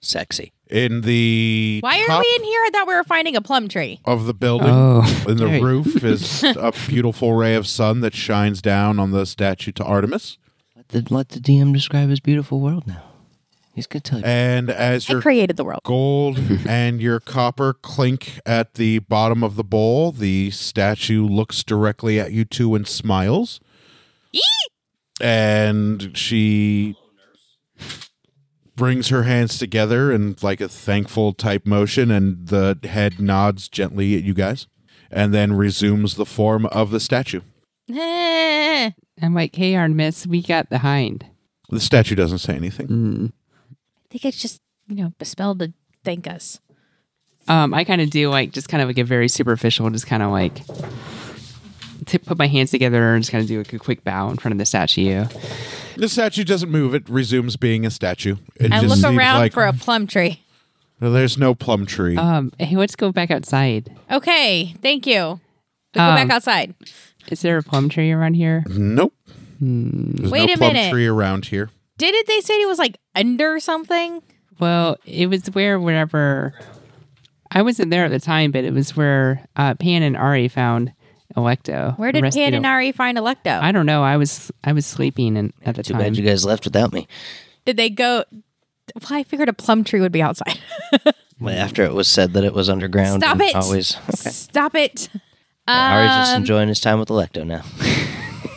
Speaker 3: Sexy.
Speaker 1: In the
Speaker 2: Why are
Speaker 1: top
Speaker 2: we in here? I thought we were finding a plum tree.
Speaker 1: of the building,
Speaker 5: Oh,
Speaker 1: in the
Speaker 5: Hey.
Speaker 1: roof, is a beautiful ray of sun that shines down on the statue to Artemis.
Speaker 3: Let the, let the DM describe his beautiful world now. He's gonna tell you.
Speaker 1: And as
Speaker 2: I
Speaker 1: your
Speaker 2: created the world.
Speaker 1: gold and your copper clink at the bottom of the bowl, the statue looks directly at you two and smiles. and she brings her hands together in like a thankful type motion and the head nods gently at you guys and then resumes the form of the statue
Speaker 2: Eh.
Speaker 5: I'm like, hey, Artemis, we got the hind.
Speaker 1: the statue doesn't say anything
Speaker 2: I think it's just, you know, bespelled the thank us.
Speaker 5: Um, I kind of do like just kind of like a very superficial, just kind of like to put my hands together and just kind of do like a quick bow in front of the statue.
Speaker 1: The statue doesn't move. It resumes being a statue. It
Speaker 2: I
Speaker 1: just
Speaker 2: look
Speaker 1: seems
Speaker 2: around
Speaker 1: like
Speaker 2: for a plum tree.
Speaker 1: there's no plum tree.
Speaker 5: Um, hey, let's go back outside.
Speaker 2: Okay, thank you. We go back outside.
Speaker 5: Is there a plum tree around here?
Speaker 3: Mm-hmm.
Speaker 1: nope.
Speaker 5: Hmm.
Speaker 1: There's
Speaker 2: Wait
Speaker 1: no
Speaker 2: a
Speaker 1: plum
Speaker 2: minute.
Speaker 1: tree around here.
Speaker 2: Didn't they say it was like under something?
Speaker 5: Well, it was where whenever I wasn't there at the time, but it was where uh, Pan and Ari found Electo.
Speaker 2: Where did
Speaker 5: Arrested
Speaker 2: Pan and
Speaker 5: El-
Speaker 2: Ari find Electo?
Speaker 5: I don't know. I was I was sleeping and at the
Speaker 3: Too
Speaker 5: time.
Speaker 3: bad you guys left without me.
Speaker 2: did they go? Well, I figured a plum tree would be outside.
Speaker 3: Well, after it was said that it was underground,
Speaker 2: Stop
Speaker 3: and
Speaker 2: it! Um,
Speaker 3: Always,
Speaker 2: Stop it.
Speaker 3: Ari's just enjoying his time with Electo now.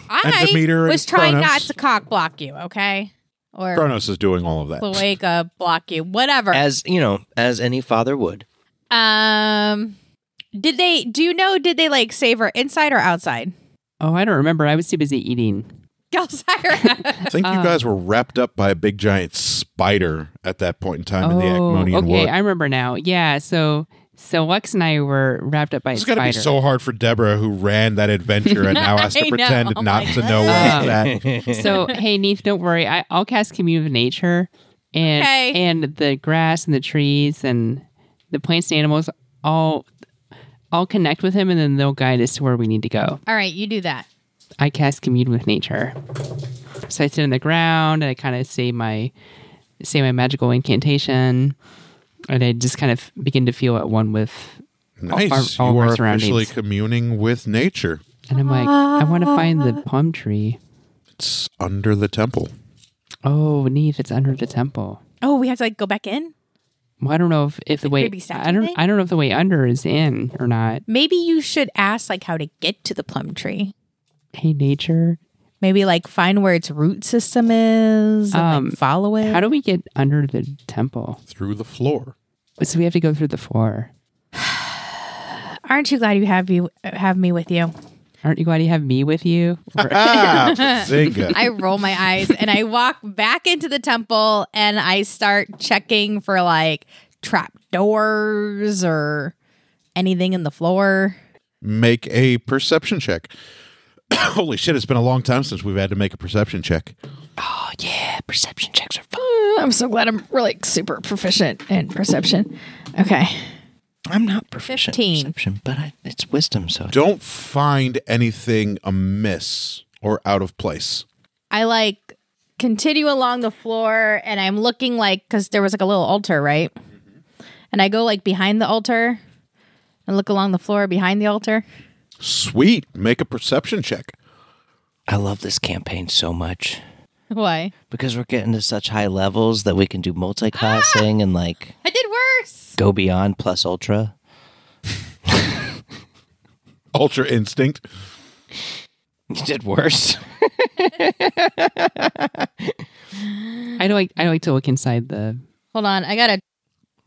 Speaker 2: I
Speaker 1: Demeter and
Speaker 2: was trying
Speaker 1: Kronos.
Speaker 2: not to cock block you, okay? Or
Speaker 1: Kronos is doing all of that.
Speaker 2: Cloaca block you, whatever.
Speaker 3: as you know, as any father would.
Speaker 2: um, did they? Do you know? Did they like save her inside or outside?
Speaker 5: Oh, I don't remember. I was too busy eating.
Speaker 2: Outside.
Speaker 1: I think you guys were wrapped up by a big giant spider at that point in time in the
Speaker 5: oh,
Speaker 1: Acmonian
Speaker 5: okay.
Speaker 1: wood.
Speaker 5: I remember now. Yeah. So so Lex and I were wrapped up by
Speaker 1: It's
Speaker 5: a
Speaker 1: gonna
Speaker 5: spider.
Speaker 1: be so hard for Deborah, who ran that adventure and now has to
Speaker 2: I
Speaker 1: pretend
Speaker 2: know. Oh
Speaker 1: not
Speaker 2: I'm
Speaker 1: to know
Speaker 5: like,
Speaker 1: where it's at.
Speaker 5: So, hey Neith, don't worry. I, I'll cast commune with nature, and
Speaker 2: Okay.
Speaker 5: and the grass and the trees and the plants and animals all all connect with him, and then they'll guide us to where we need to go.
Speaker 2: All right, you do that.
Speaker 5: I cast commune with nature. So I sit on the ground and I kind of say my say my magical incantation, and I just kind of begin to feel at one with. all our-
Speaker 1: Nice. you
Speaker 5: all of our
Speaker 1: are officially
Speaker 5: surroundings.
Speaker 1: communing with nature.
Speaker 5: And I'm like, I want to find the plum tree.
Speaker 1: It's under the temple.
Speaker 5: Oh, Neith, it's under the temple.
Speaker 2: Oh, we have to like go back in.
Speaker 5: Well, I don't know if, if the way
Speaker 2: creepy statue
Speaker 5: I don't
Speaker 2: thing?
Speaker 5: I don't know if the way under is in or not.
Speaker 2: Maybe you should ask like how to get to the plum tree.
Speaker 5: Hey, nature,
Speaker 2: Maybe like find where its root system is and
Speaker 5: Um,
Speaker 2: like, follow it.
Speaker 5: how do we get under the temple?
Speaker 1: Through the floor.
Speaker 5: So we have to go through the floor.
Speaker 2: Aren't you glad you have you have me with you?
Speaker 5: Aren't you glad you have me with you? Or-
Speaker 1: Ah, Zinga.
Speaker 2: I roll my eyes and I walk back into the temple and I start checking for like trap doors or anything in the floor.
Speaker 1: make a perception check. Holy shit, it's been a long time since we've had to make a perception check.
Speaker 3: Yeah, perception checks are fun.
Speaker 2: I'm so glad I'm really super proficient in perception. Okay.
Speaker 3: I'm not proficient
Speaker 2: 15.
Speaker 3: in perception, but I, it's wisdom, so
Speaker 1: Don't find anything amiss or out of place.
Speaker 2: I like continue along the floor and I'm looking like cuz there was like a little altar, right? And I go like behind the altar and look along the floor behind the altar.
Speaker 1: Sweet. Make a perception check.
Speaker 3: I love this campaign so much
Speaker 2: Why?
Speaker 3: because we're getting to such high levels that we can do multi-classing and like
Speaker 2: I did worse.
Speaker 3: go beyond plus ultra.
Speaker 1: Ultra instinct.
Speaker 3: You did worse.
Speaker 5: I like I like to look inside the.
Speaker 2: Hold on. I got to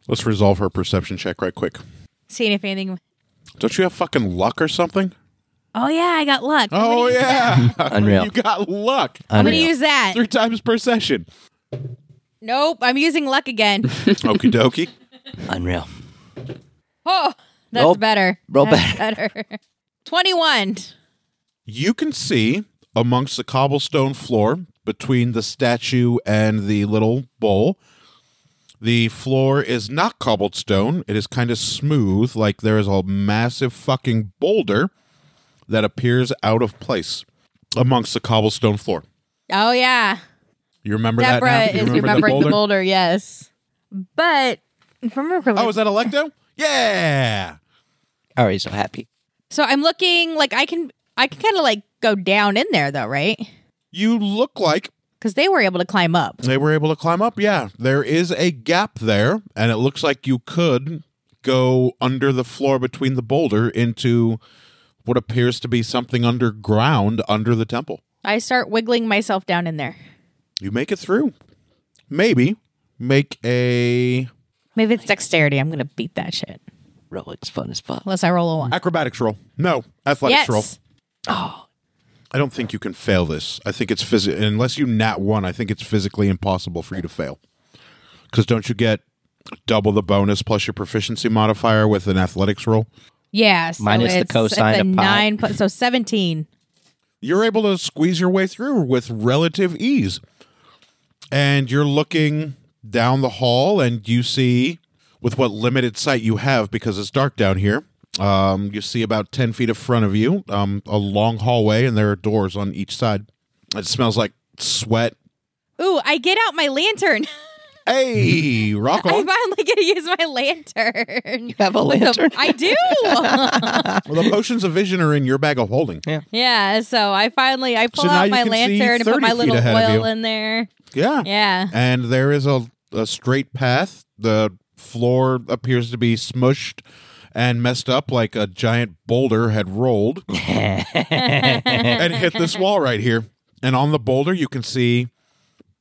Speaker 1: Let's resolve her perception check right quick.
Speaker 2: see if anything
Speaker 1: Don't you have fucking luck or something?
Speaker 2: Oh yeah, I got luck. I'm
Speaker 1: Oh,
Speaker 2: gonna-
Speaker 1: yeah.
Speaker 3: Unreal.
Speaker 1: you got luck.
Speaker 2: I'm gonna
Speaker 3: Unreal.
Speaker 2: use that.
Speaker 1: Three times per session.
Speaker 2: Nope, I'm using luck again.
Speaker 1: Okie dokie.
Speaker 3: Unreal.
Speaker 2: oh, that's
Speaker 3: Nope.
Speaker 2: better.
Speaker 3: Roll
Speaker 2: That's better. Twenty-one.
Speaker 1: You can see amongst the cobblestone floor between the statue and the little bowl. The floor is not cobblestone. It is kind of smooth, like there is a massive fucking boulder that appears out of place amongst the cobblestone floor.
Speaker 2: Oh yeah,
Speaker 1: You remember
Speaker 2: Deborah
Speaker 1: that? now? You
Speaker 2: is remembering the boulder. Yes, but if I remember correctly-
Speaker 1: Oh, is that Electo? Yeah.
Speaker 3: Ari's so happy.
Speaker 2: so I'm looking like I can. I can kind of like go down in there though, right?
Speaker 1: You look like
Speaker 2: Because they were able to climb up.
Speaker 1: They were able to climb up. Yeah, there is a gap there, and it looks like you could go under the floor between the boulder into what appears to be something underground under the temple.
Speaker 2: I start wiggling myself down in there.
Speaker 1: You make it through. Maybe make a
Speaker 2: Maybe it's dexterity. I'm gonna beat that shit
Speaker 3: Rolling's fun as fuck.
Speaker 2: unless I roll a one.
Speaker 1: acrobatics roll. No, athletics
Speaker 2: yes.
Speaker 1: roll. I don't think you can fail this. I think it's phys- unless you nat one. I think it's physically impossible for you to fail. Because don't you get double the bonus plus your proficiency modifier with an athletics roll.
Speaker 2: Yeah. So
Speaker 3: Minus the
Speaker 2: it's,
Speaker 3: cosine
Speaker 2: it's a
Speaker 3: of pi.
Speaker 2: nine plus so seventeen.
Speaker 1: You're able to squeeze your way through with relative ease. And you're looking down the hall and you see, with what limited sight you have because it's dark down here, um, you see about 10 feet in front of you um, a long hallway and there are doors on each side. It smells like sweat.
Speaker 2: Ooh, I get out my lantern.
Speaker 1: Hey, rock
Speaker 2: I
Speaker 1: on.
Speaker 2: finally get to use my lantern. You
Speaker 3: have a lantern?
Speaker 2: I do.
Speaker 1: Well, the potions of vision are in your bag of holding.
Speaker 2: yeah. So I finally I pull
Speaker 1: So now
Speaker 2: out
Speaker 1: you
Speaker 2: my
Speaker 1: can see
Speaker 2: lantern and put
Speaker 1: 30
Speaker 2: my
Speaker 1: feet
Speaker 2: little
Speaker 1: ahead of
Speaker 2: oil
Speaker 1: you.
Speaker 2: in there.
Speaker 1: Yeah.
Speaker 2: Yeah.
Speaker 1: and there is a, a straight path. The floor appears to be smushed and messed up like a giant boulder had rolled and hit this wall right here. And on the boulder, you can see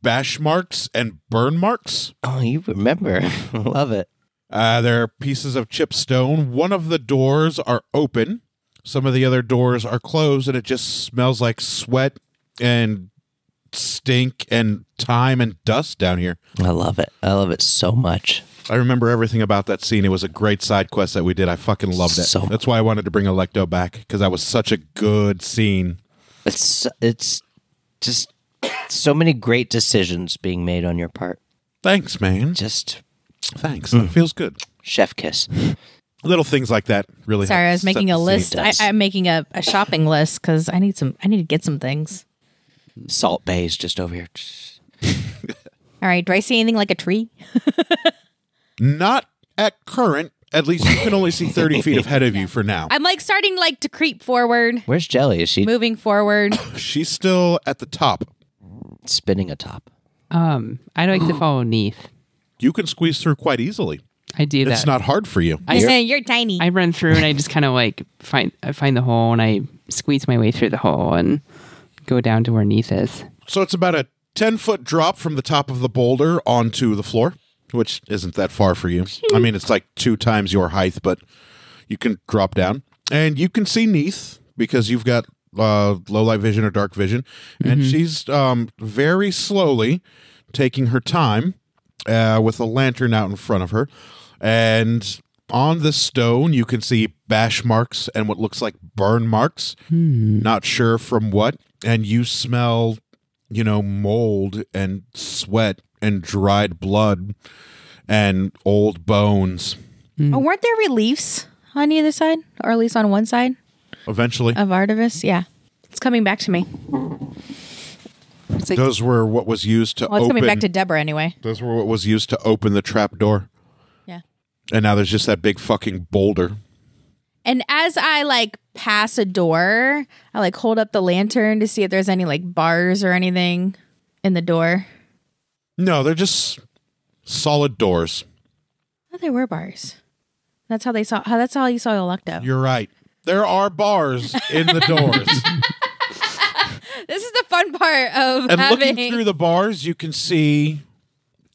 Speaker 1: bash marks and burn marks.
Speaker 3: Oh, you remember. Love it.
Speaker 1: Uh, there are pieces of chip stone. One of the doors are open, some of the other doors are closed, and it just smells like sweat and stink and time and dust down here.
Speaker 3: I love it. I love it so much.
Speaker 1: I remember everything about that scene. It was a great side quest that we did. I fucking loved it.
Speaker 3: So-
Speaker 1: That's why I wanted to bring Electo back because that was such a good scene.
Speaker 3: It's it's just so many great decisions being made on your part.
Speaker 1: Thanks, man.
Speaker 3: Just
Speaker 1: Thanks.
Speaker 5: Mm.
Speaker 1: That feels good.
Speaker 3: chef kiss.
Speaker 1: Little things like that really.
Speaker 2: Sorry,
Speaker 1: help
Speaker 2: I was
Speaker 1: set
Speaker 2: making
Speaker 1: the
Speaker 2: a
Speaker 1: scene.
Speaker 2: list. I,
Speaker 3: does.
Speaker 2: I'm making a, a shopping list because I need some. I need to get some things.
Speaker 3: Salt Bay's just over here. Just-
Speaker 2: All right. Do I see anything like a tree?
Speaker 1: Not at current. At least you can only see thirty feet ahead of you for now.
Speaker 2: I'm like starting like to creep forward,
Speaker 3: Where's Jelly? Is she
Speaker 2: moving forward.
Speaker 1: She's still at the top.
Speaker 3: spinning a top?
Speaker 5: Um, I like to follow Neath.
Speaker 1: You can squeeze through quite easily.
Speaker 5: I do that.
Speaker 1: It's not hard for you.
Speaker 2: I say you're tiny.
Speaker 5: I run through and I just kind of like find I find the hole and I squeeze my way through the hole and go down to where Neath is.
Speaker 1: So it's about a ten foot drop from the top of the boulder onto the floor, which isn't that far for you. I mean, it's like two times your height, but you can drop down and you can see Neath because you've got uh, low light vision or dark vision, and she's um, very slowly taking her time uh, with a lantern out in front of her, and on the stone you can see bash marks and what looks like burn marks, not sure from what, and you smell, you know, mold and sweat and dried blood and old bones.
Speaker 2: oh, weren't there reliefs on either side, or at least on one side
Speaker 1: Eventually,
Speaker 2: of Artemis? Yeah, it's coming back to me.
Speaker 5: It's like
Speaker 1: Those were what was used to
Speaker 2: Well, it's
Speaker 1: open.
Speaker 2: coming back to Deborah anyway.
Speaker 1: those were what was used to open the trap door.
Speaker 2: Yeah.
Speaker 1: And now there's just that big fucking boulder.
Speaker 2: And as I like pass a door, I like hold up the lantern to see if there's any like bars or anything in the door.
Speaker 1: No, they're just solid doors.
Speaker 2: Oh, there were bars. That's how they saw. How that's how you saw Electo.
Speaker 1: You're right. There are bars in the doors.
Speaker 2: This is the fun part of
Speaker 1: and
Speaker 2: having.
Speaker 1: looking through the bars, you can see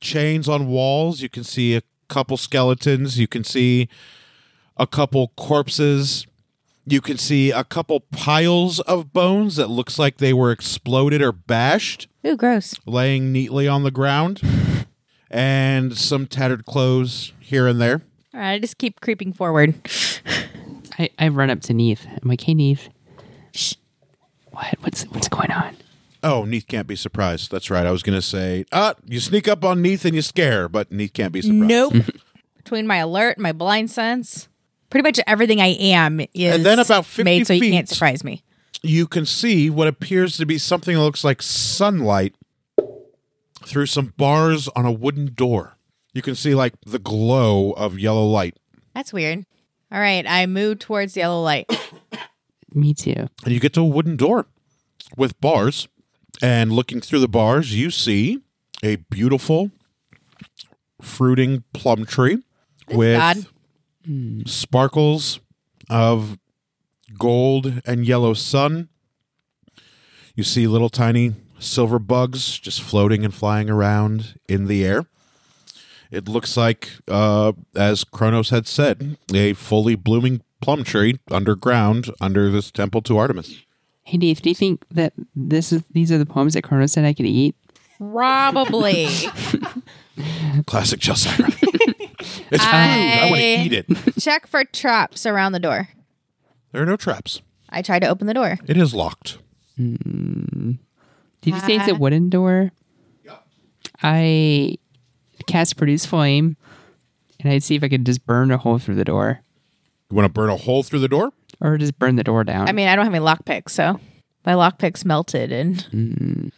Speaker 1: chains on walls, you can see a couple skeletons, you can see a couple corpses. You can see a couple piles of bones that looks like they were exploded or bashed.
Speaker 2: Ooh, gross.
Speaker 1: laying neatly on the ground, and some tattered clothes here and there.
Speaker 2: All right, I just keep creeping forward.
Speaker 5: I, I run up to Neath. I'm like, hey Neath, Shh. what what's what's going on?
Speaker 1: Oh, Neath can't be surprised. That's right. I was going to say, ah, you sneak up on Neath and you scare, but Neath can't be surprised.
Speaker 2: Nope. Between my alert, my blind sense, pretty much everything I am is
Speaker 1: And then about 50
Speaker 2: made so you can't
Speaker 1: feet.
Speaker 2: surprise me.
Speaker 1: You can see what appears to be something that looks like sunlight through some bars on a wooden door. You can see like the glow of yellow light.
Speaker 2: That's weird. All right, I move towards the yellow light.
Speaker 5: Me too.
Speaker 1: and you get to a wooden door with bars. And looking through the bars, you see a beautiful fruiting plum tree with
Speaker 2: God.
Speaker 1: sparkles of gold and yellow sun. You see little tiny silver bugs just floating and flying around in the air. It looks like, uh, as Kronos had said, a fully blooming plum tree underground under this temple to Artemis.
Speaker 5: Hey Neath, do you think that this is these are the poems that Chrono said I could eat?
Speaker 2: Probably.
Speaker 1: Classic Chelsea. It's food. I want to
Speaker 2: I-
Speaker 1: eat it.
Speaker 2: Check for traps around the door.
Speaker 1: There are no traps.
Speaker 2: I try to open the door.
Speaker 1: It is locked.
Speaker 5: Did you say it's a wooden door? I cast produce flame, and I'd see if I could just burn a hole through the door,
Speaker 1: You want to burn a hole through the door?
Speaker 5: or just burn the door down.
Speaker 2: I mean, I don't have any lockpicks, so my lockpicks melted and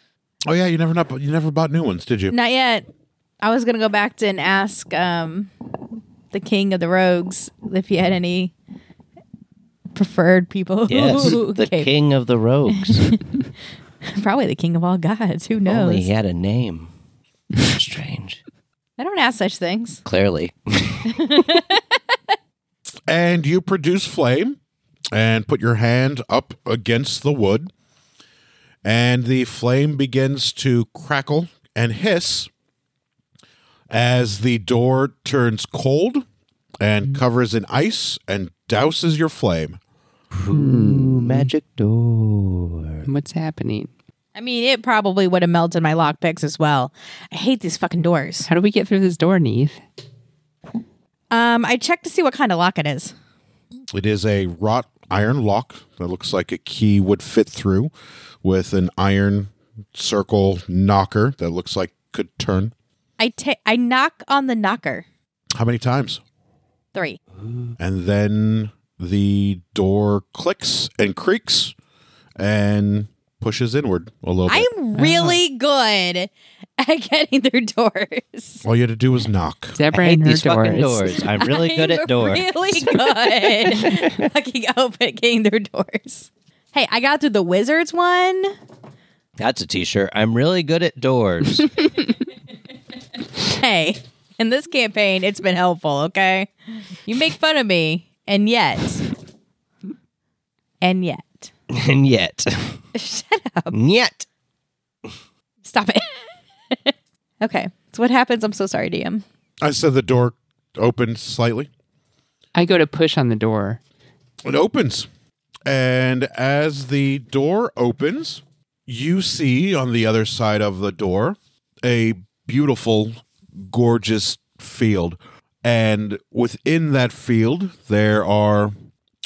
Speaker 1: Oh yeah, you never not you never bought new ones, did you?
Speaker 2: not yet. I was gonna go back to and ask um, the king of the rogues if he had any preferred people.
Speaker 3: Yes, the
Speaker 2: Okay,
Speaker 3: king of the rogues.
Speaker 2: probably the king of all gods. Who knows?
Speaker 3: Only he had a name. Strange.
Speaker 2: I don't ask such things.
Speaker 3: Clearly.
Speaker 1: And you produce flame and put your hand up against the wood. And the flame begins to crackle and hiss as the door turns cold and covers in ice and douses your flame.
Speaker 3: Ooh, magic door.
Speaker 5: what's happening?
Speaker 2: I mean, it probably would have melted my lockpicks as well. I hate these fucking doors.
Speaker 5: How do we get through this door, Neith?
Speaker 2: Um, I checked to see what kind of lock it is.
Speaker 1: It is a wrought iron lock that looks like a key would fit through with an iron circle knocker that looks like could turn.
Speaker 2: I ta- I knock on the knocker
Speaker 1: How many times?
Speaker 2: three.
Speaker 1: and then the door clicks and creaks and pushes inward a little bit.
Speaker 2: I'm really good at getting through doors.
Speaker 1: All you had to do was knock.
Speaker 5: Deborah
Speaker 3: I hate
Speaker 5: and her
Speaker 3: these fucking
Speaker 5: doors.
Speaker 3: doors. I'm really good
Speaker 2: I'm
Speaker 3: at doors.
Speaker 2: Really good. Fucking open getting their doors. Hey, I got through the wizards one.
Speaker 3: That's a t-shirt. I'm really good at doors.
Speaker 2: Hey, in this campaign, it's been helpful. Okay, you make fun of me, and yet, and yet,
Speaker 3: and yet.
Speaker 2: shut up.
Speaker 3: Yet.
Speaker 2: Stop it. okay, so what happens? I'm so sorry, DM.
Speaker 1: I said the door opens slightly.
Speaker 5: I go to push on the door.
Speaker 1: It opens. And as the door opens, you see on the other side of the door a beautiful, gorgeous field. And within that field, there are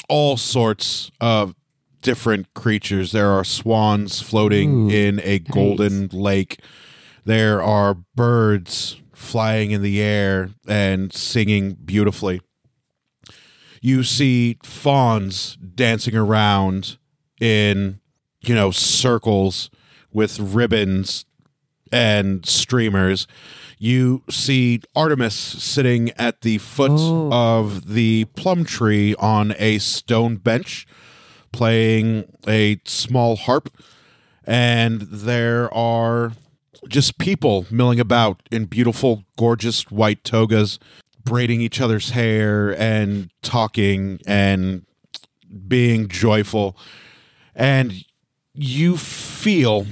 Speaker 1: all sorts of different creatures. There are swans floating in a golden lake. There are birds flying in the air and singing beautifully you see fawns dancing around in you know circles with ribbons and streamers you see artemis sitting at the foot of the plum tree on a stone bench playing a small harp and there are just people milling about in beautiful gorgeous white togas braiding each other's hair and talking and being joyful. And you feel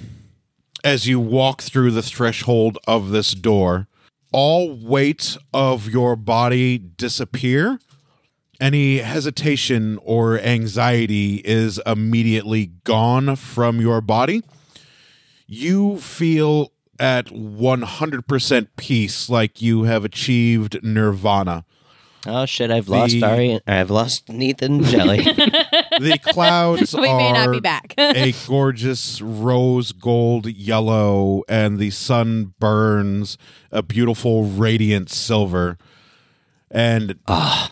Speaker 1: as you walk through the threshold of this door, all weight of your body disappear. Any hesitation or anxiety is immediately gone from your body you feel at 100% peace like you have achieved nirvana
Speaker 3: Oh shit, I've lost
Speaker 1: The-
Speaker 3: Ari I've lost Nathan Jelly.
Speaker 1: the clouds
Speaker 2: We may not
Speaker 1: are
Speaker 2: be back.
Speaker 1: a gorgeous rose gold yellow and the sun burns a beautiful radiant silver and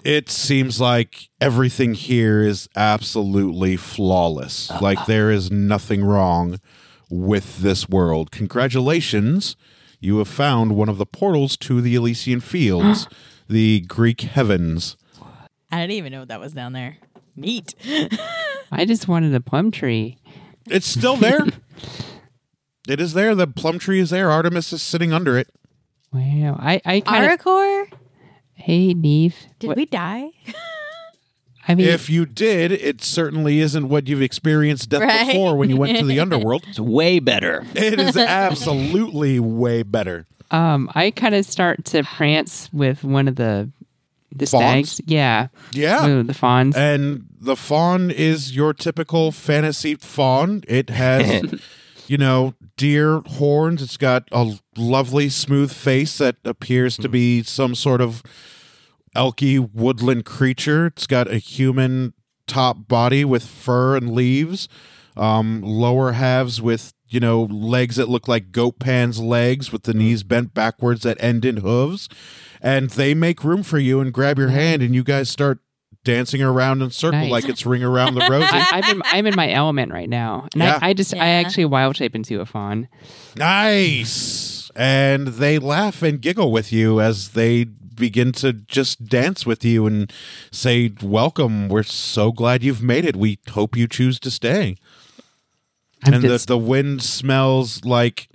Speaker 1: it seems like everything here is absolutely flawless like there is nothing wrong with this world congratulations you have found one of the portals to the elysian fields the greek heavens
Speaker 2: I didn't even know that was down there. Neat.
Speaker 5: I just wanted a plum tree.
Speaker 1: It's still there. it is there. The plum tree is there. Artemis is sitting under it.
Speaker 5: Wow. I, I kind of.
Speaker 2: Aracor,
Speaker 5: Hey, Neith.
Speaker 2: did
Speaker 5: what-
Speaker 2: we die?
Speaker 5: I mean,
Speaker 1: If you did, it certainly isn't what you've experienced death
Speaker 2: Right.
Speaker 1: before when you went to the underworld.
Speaker 3: it's way better.
Speaker 1: It is absolutely way better.
Speaker 5: um, I kind of start to prance with one of the the
Speaker 1: Fawns?
Speaker 5: stags. Yeah.
Speaker 1: Yeah.
Speaker 5: Ooh, the fawns.
Speaker 1: And the fawn is your typical fantasy fawn. It has, you know, deer horns. It's got a lovely smooth face that appears to be some sort of elky woodland creature. It's got a human top body with fur and leaves, um, lower halves with you know legs that look like goat pan's legs with the knees bent backwards that end in hooves, and they make room for you and grab your hand and you guys start dancing around in a circle
Speaker 5: Nice.
Speaker 1: like it's ring around the rosy.
Speaker 5: I, I'm, in, I'm in my element right now, and
Speaker 1: Yeah.
Speaker 5: I, I just I
Speaker 2: Yeah.
Speaker 5: actually wild shape into a fawn.
Speaker 1: Nice. And they laugh and giggle with you as they begin to just dance with you and say, Welcome. We're so glad you've made it. We hope you choose to stay.
Speaker 5: I'm
Speaker 1: and
Speaker 5: just
Speaker 1: the, the wind smells like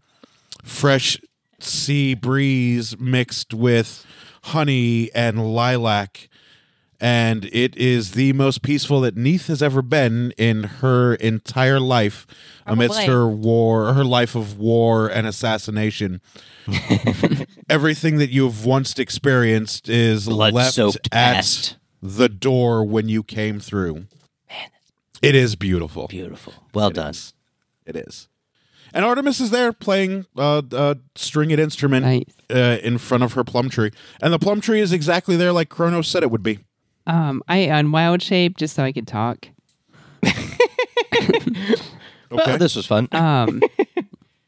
Speaker 1: fresh sea breeze mixed with honey and lilac. And it is the most peaceful that Neith has ever been in her entire life amidst
Speaker 2: Probably.
Speaker 1: her war, her life of war and assassination. Everything that you've once experienced is left
Speaker 3: Blood-soaked
Speaker 1: at
Speaker 3: past.
Speaker 1: the door when you came through. Man, it is beautiful.
Speaker 3: Beautiful. Well done.
Speaker 1: It is. And Artemis is there playing uh, a stringed instrument
Speaker 5: Nice.
Speaker 1: uh, in front of her plum tree. And the plum tree is exactly there like Kronos said it would be.
Speaker 5: um I on wild shape just so I could talk.
Speaker 1: Okay.
Speaker 3: Well, this was fun.
Speaker 5: Um,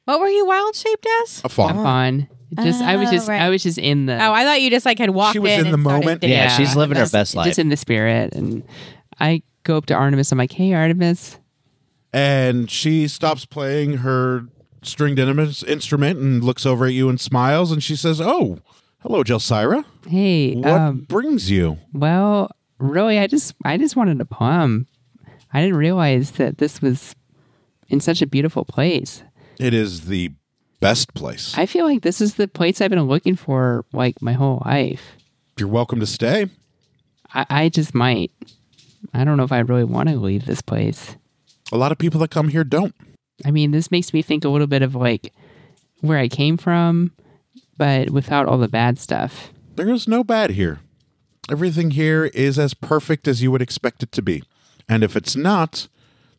Speaker 2: What were you wild shaped as?
Speaker 1: a fawn.
Speaker 5: a fawn. Just I was
Speaker 2: Oh,
Speaker 5: just
Speaker 2: right.
Speaker 5: I was just in the
Speaker 2: Oh, I thought you just like had walked.
Speaker 1: was in
Speaker 2: in,
Speaker 1: the
Speaker 2: and started
Speaker 1: moment.
Speaker 2: dancing.
Speaker 3: yeah, she's living her
Speaker 5: just-
Speaker 3: best life.
Speaker 5: just in the spirit. And I go up to Artemis. I'm like, hey Artemis,
Speaker 1: And she stops playing her stringed in- instrument and looks over at you and smiles. And she says, Oh, hello, Jelsira.
Speaker 5: hey.
Speaker 1: What
Speaker 5: Um,
Speaker 1: brings you?
Speaker 5: Well, really, I just I just wanted a poem. I didn't realize that this was in such a beautiful place.
Speaker 1: It is the best place.
Speaker 5: I feel like this is the place I've been looking for like my whole life.
Speaker 1: You're welcome to stay.
Speaker 5: I, I just might. I don't know if I really want to leave this place.
Speaker 1: A lot of people that come here don't.
Speaker 5: I mean, this makes me think a little bit of like where I came from, but without all the bad stuff.
Speaker 1: There is no bad here. Everything here is as perfect as you would expect it to be. And if it's not,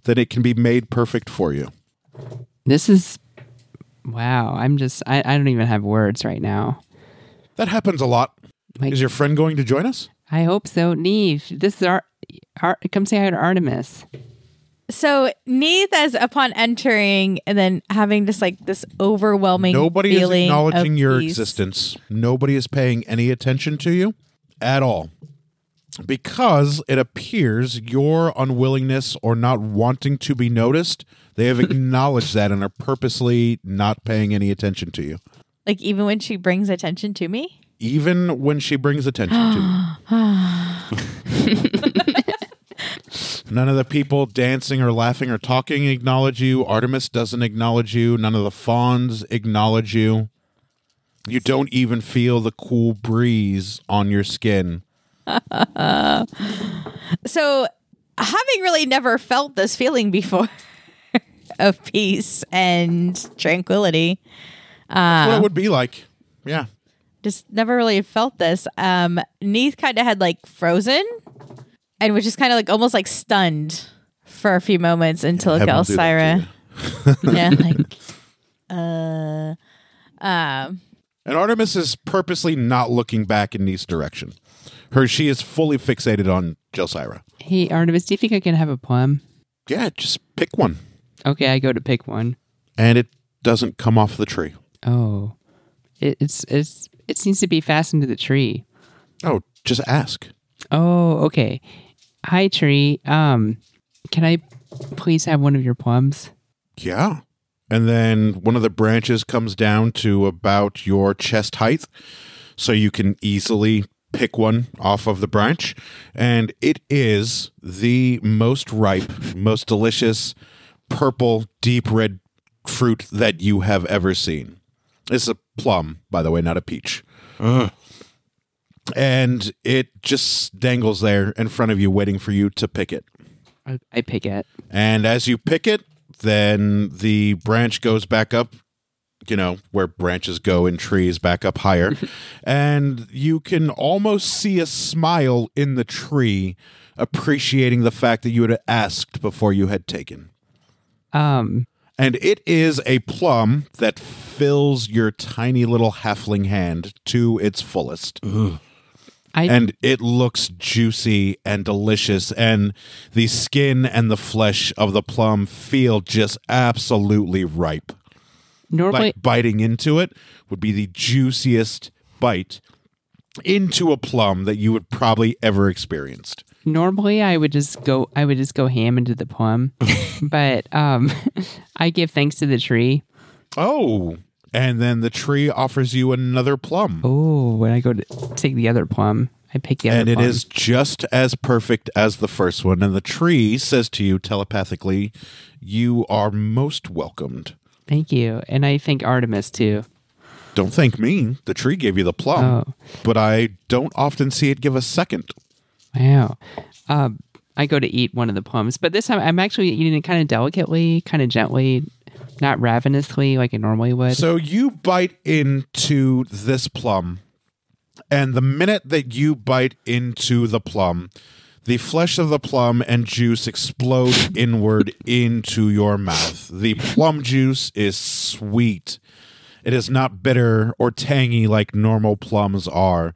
Speaker 1: then it can be made perfect for you.
Speaker 5: This is wow. I'm just I, I don't even have words right now.
Speaker 1: That happens a lot.
Speaker 5: Like
Speaker 1: Is your friend going to join us?
Speaker 5: I hope so, Neve. This is our, Ar come say hi to Artemis.
Speaker 2: So Neith, as upon entering and then having just like this overwhelming
Speaker 1: Nobody is
Speaker 2: feeling
Speaker 1: acknowledging
Speaker 2: of
Speaker 1: your
Speaker 2: peace.
Speaker 1: existence. Nobody is paying any attention to you at all. Because it appears your unwillingness or not wanting to be noticed, they have acknowledged that and are purposely not paying any attention to you.
Speaker 2: Like even when she brings attention to me,
Speaker 1: Even when she brings attention to you. None of the people dancing or laughing or talking acknowledge you. Artemis doesn't acknowledge you. None of the fawns acknowledge you. You don't even feel the cool breeze on your skin.
Speaker 2: so having really never felt this feeling before of peace and tranquility,
Speaker 1: That's what it would be like. Yeah.
Speaker 2: just never really felt this. Um, Neith kind of had like frozen and was just kind of like almost like stunned for a few moments until
Speaker 1: Heaven will do that to
Speaker 2: Gelsira.
Speaker 1: you.
Speaker 2: Yeah, like, uh, um,
Speaker 1: And Artemis is purposely not looking back in Neith's direction. Her she is fully fixated on Jelsira.
Speaker 5: Hey, Artemis, do you think I can have a poem?
Speaker 1: Yeah, just pick one.
Speaker 5: Okay, I go to pick one.
Speaker 1: And it doesn't come off the tree.
Speaker 5: Oh, it, it's it's it seems to be fastened to the tree.
Speaker 1: Oh, just ask.
Speaker 5: Oh, okay. Hi, tree. Um, can I please have one of your poems?
Speaker 1: Yeah. And then one of the branches comes down to about your chest height. So you can easily pick one off of the branch. And it is the most ripe, most delicious purple, deep red fruit that you have ever seen. It's a plum, by the way, not a peach. And it just dangles there in front of you, waiting for you to pick it.
Speaker 5: I, I pick it.
Speaker 1: And as you pick it, then the branch goes back up, you know, where branches go in trees back up higher. and you can almost see a smile in the tree, appreciating the fact that you had asked before you had taken.
Speaker 5: Um,
Speaker 1: And it is a plum that fills your tiny little halfling hand to its fullest.
Speaker 5: I-
Speaker 1: and it looks juicy and delicious, and the skin and the flesh of the plum feel just absolutely ripe.
Speaker 5: Normally,
Speaker 1: Like biting into it would be the juiciest bite into a plum that you would probably ever experienced.
Speaker 5: normally I would just go. I would just go ham into the plum, but um, I give thanks to the tree.
Speaker 1: Oh, and then the tree offers you another plum.
Speaker 5: Oh, when I go to take the other plum, I pick the other.
Speaker 1: and it
Speaker 5: plum.
Speaker 1: is just as perfect as the first one. And the tree says to you telepathically, You are most welcomed.
Speaker 5: Thank you, and I thank Artemis too.
Speaker 1: Don't thank me. The tree gave you the plum.
Speaker 5: Oh.
Speaker 1: But I don't often see it give a second.
Speaker 5: Wow. Um, I go to eat one of the plums, but this time I'm actually eating it kind of delicately, kind of gently, not ravenously like I normally would.
Speaker 1: So you bite into this plum, and the minute that you bite into the plum, the flesh of the plum and juice explode inward into your mouth. The plum juice is sweet. It is not bitter or tangy like normal plums are.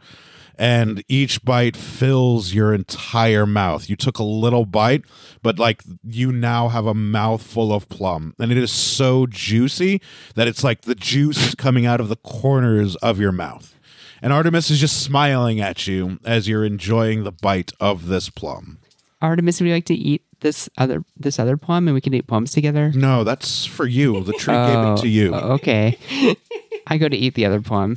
Speaker 1: And each bite fills your entire mouth. You took a little bite, but like you now have a mouthful of plum. And it is so juicy that it's like the juice is coming out of the corners of your mouth. And Artemis is just smiling at you as you're enjoying the bite of this plum.
Speaker 5: Artemis, would you like to eat this other this other plum, and we can eat plums together?
Speaker 1: No, that's for you. The tree gave it to you.
Speaker 5: Oh, okay. I go to eat the other plum.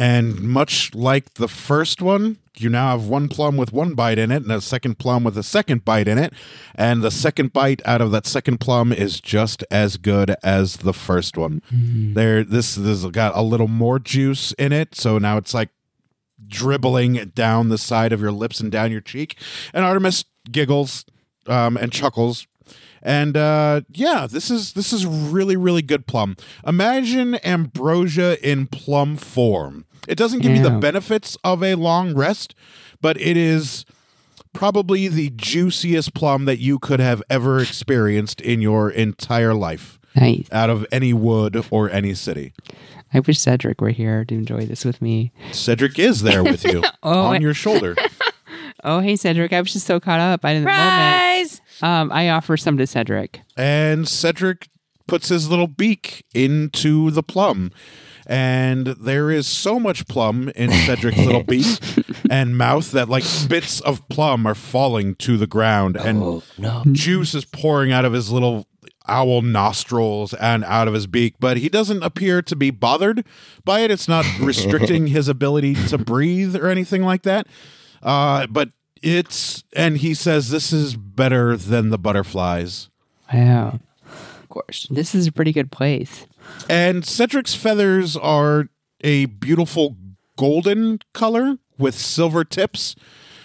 Speaker 1: And much like the first one, you now have one plum with one bite in it and a second plum with a second bite in it. And the second bite out of that second plum is just as good as the first one. There this this has got a little more juice in it, so now it's like dribbling down the side of your lips and down your cheek. And Artemis giggles um, and chuckles. And uh, yeah, this is this is really really good plum. Imagine ambrosia in plum form. It doesn't give you the
Speaker 5: Yeah.
Speaker 1: benefits of a long rest, but it is probably the juiciest plum that you could have ever experienced in your entire life
Speaker 5: Nice.
Speaker 1: out of any wood or any city.
Speaker 5: I wish Cedric were here to enjoy this with me.
Speaker 1: Cedric is there with you on your shoulder.
Speaker 5: Oh, hey, Cedric. I was just so caught up. I didn't moment.
Speaker 2: Surprise!
Speaker 5: Um, I offer some to Cedric.
Speaker 1: and Cedric puts his little beak into the plum. And there is so much plum in Cedric's little beak and mouth that like bits of plum are falling to the ground and
Speaker 3: no.
Speaker 1: juice is pouring out of his little owl nostrils and out of his beak, but he doesn't appear to be bothered by it. It's not restricting his ability to breathe or anything like that. Uh, but it's, and he says, this is better than the butterflies.
Speaker 5: Wow. Of course. This is a pretty good place.
Speaker 1: And Cedric's feathers are a beautiful golden color with silver tips,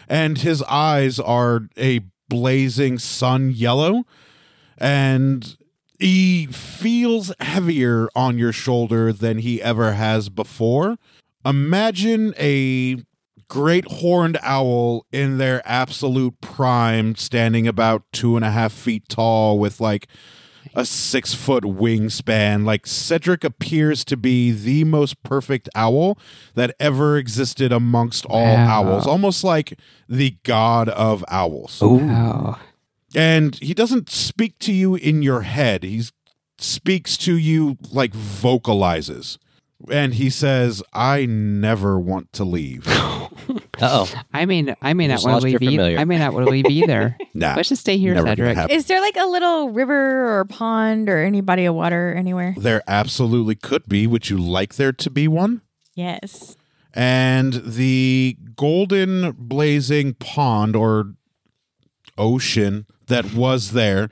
Speaker 1: and his eyes are a blazing sun yellow. And he feels heavier on your shoulder than he ever has before. Imagine a great horned owl in their absolute prime, standing about two and a half feet tall with like a six foot wingspan. Like Cedric appears to be the most perfect owl that ever existed amongst all
Speaker 5: Wow.
Speaker 1: owls, almost like the god of owls.
Speaker 5: Wow.
Speaker 1: And he doesn't speak to you in your head, he speaks to you like vocalizes. And he says, I never want to leave.
Speaker 3: Uh oh.
Speaker 5: I mean, I may
Speaker 3: You
Speaker 5: not
Speaker 3: just
Speaker 5: want
Speaker 3: lost
Speaker 5: to
Speaker 3: your
Speaker 5: leave. e-
Speaker 3: familiar.
Speaker 5: I may not want to leave either.
Speaker 1: Nah,
Speaker 5: Let's just stay here,
Speaker 1: never gonna
Speaker 5: Cedric.
Speaker 1: happen.
Speaker 2: Is there like a little river or pond or any body of water anywhere?
Speaker 1: There absolutely could be. Would you like there to be one?
Speaker 2: Yes.
Speaker 1: and the golden blazing pond or ocean that was there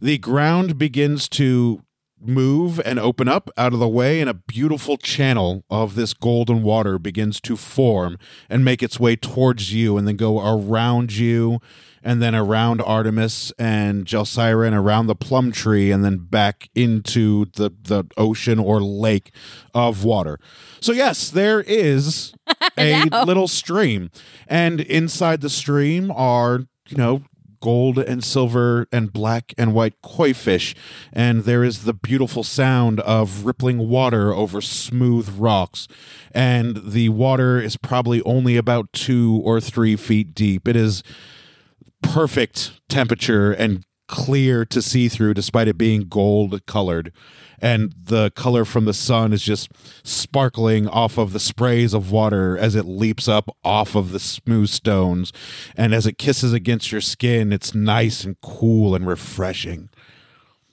Speaker 1: the ground begins to move and open up out of the way and a beautiful channel of this golden water begins to form and make its way towards you and then go around you and then around Artemis and Gelsira and around the plum tree and then back into the the ocean or lake of water. So yes, there is a little stream and inside the stream are, you know, gold and silver and black and white koi fish, and there is the beautiful sound of rippling water over smooth rocks. And the water is probably only about two or three feet deep. It is perfect temperature and clear to see through despite it being gold colored and the color from the sun is just sparkling off of the sprays of water as it leaps up off of the smooth stones and as it kisses against your skin it's nice and cool and refreshing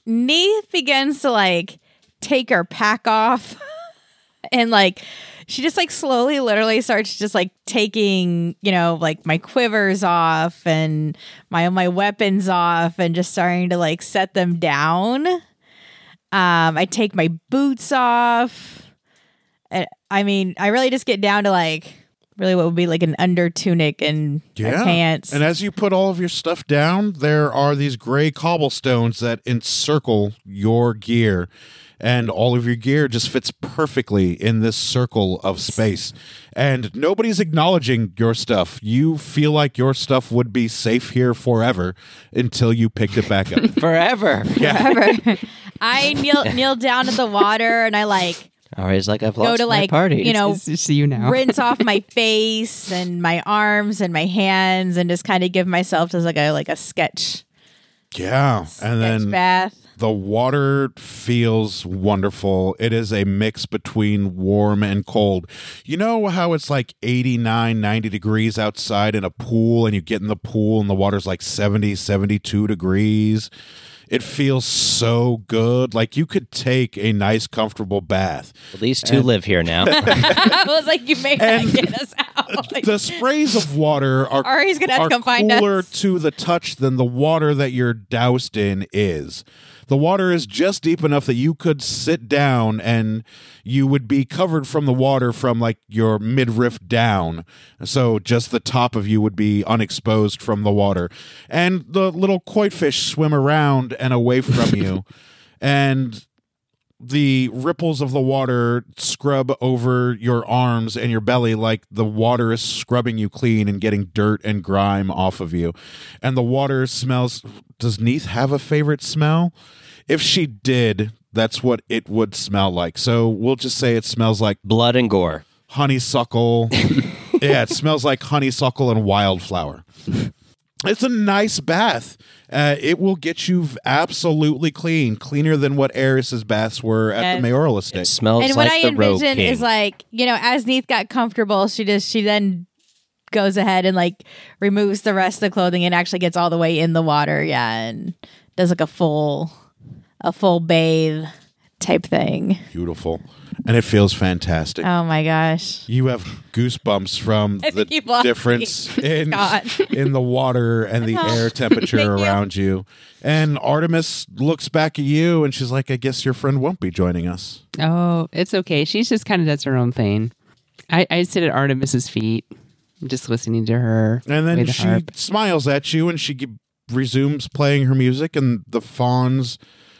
Speaker 2: Neith begins to like take her pack off and like she just like slowly literally starts just like taking, you know, like my quivers off and my my weapons off and just starting to like set them down. Um I take my boots off. And, I mean, I really just get down to like really what would be like an under tunic and my pants.
Speaker 1: And as you put all of your stuff down, there are these gray cobblestones that encircle your gear. And all of your gear just fits perfectly in this circle of space. And nobody's acknowledging your stuff. You feel like your stuff would be safe here forever until you picked it back up.
Speaker 3: Forever.
Speaker 2: However, I kneel kneel down at the water and I like
Speaker 3: Or it's like I've lost
Speaker 2: to,
Speaker 3: my
Speaker 2: like,
Speaker 3: party.
Speaker 2: you know,
Speaker 5: It's just you now.
Speaker 2: rinse off my face and my arms and my hands and just kind of give myself just like a like a sketch
Speaker 1: yeah. And
Speaker 2: sketch
Speaker 1: then
Speaker 2: bath.
Speaker 1: The water feels wonderful. It is a mix between warm and cold. You know how it's like 89, 90 degrees outside in a pool, and you get in the pool and the water's like 70, 72 degrees? It feels so good. Like you could take a nice, comfortable bath.
Speaker 3: These two live here now.
Speaker 2: I was like, you may not get us out. Like,
Speaker 1: The sprays of water are,
Speaker 2: Ari's gonna have to
Speaker 1: are
Speaker 2: come find us.
Speaker 1: cooler to the touch than the water that you're doused in is. The water is just deep enough that you could sit down and you would be covered from the water from like your midriff down. So just the top of you would be unexposed from the water. And the little koi fish swim around and away from you. and the ripples of the water scrub over your arms and your belly like the water is scrubbing you clean and getting dirt and grime off of you. And the water smells. Does Neith have a favorite smell? If she did, that's what it would smell like. So we'll just say it smells like
Speaker 3: Blood and gore.
Speaker 1: honeysuckle. yeah, it smells like honeysuckle and wildflower. It's a nice bath. Uh, it will get you v- absolutely clean, cleaner than what Eris's baths were at
Speaker 2: Yes.
Speaker 1: the mayoral estate.
Speaker 3: It smells
Speaker 2: and what
Speaker 3: like
Speaker 2: I
Speaker 3: the rope
Speaker 2: envision
Speaker 3: king.
Speaker 2: is like, you know, as Neith got comfortable, she just she then goes ahead and like removes the rest of the clothing and actually gets all the way in the water, yeah, and does like a full a full bathe type thing.
Speaker 1: Beautiful, and it feels fantastic.
Speaker 2: Oh my gosh.
Speaker 1: You have goosebumps from
Speaker 2: I
Speaker 1: the
Speaker 2: think you lost
Speaker 1: difference in
Speaker 2: Scott. Uh-huh.
Speaker 1: in the water and the air temperature
Speaker 2: Thank you.
Speaker 1: around you. And Artemis looks back at you, and she's like, "I guess your friend won't be joining us."
Speaker 5: Oh, it's okay. She's just kind of does her own thing. I, I sit at Artemis's feet, just listening to her.
Speaker 1: And then
Speaker 5: play the
Speaker 1: she
Speaker 5: harp.
Speaker 1: smiles at you and she g- resumes playing her music, and the fawns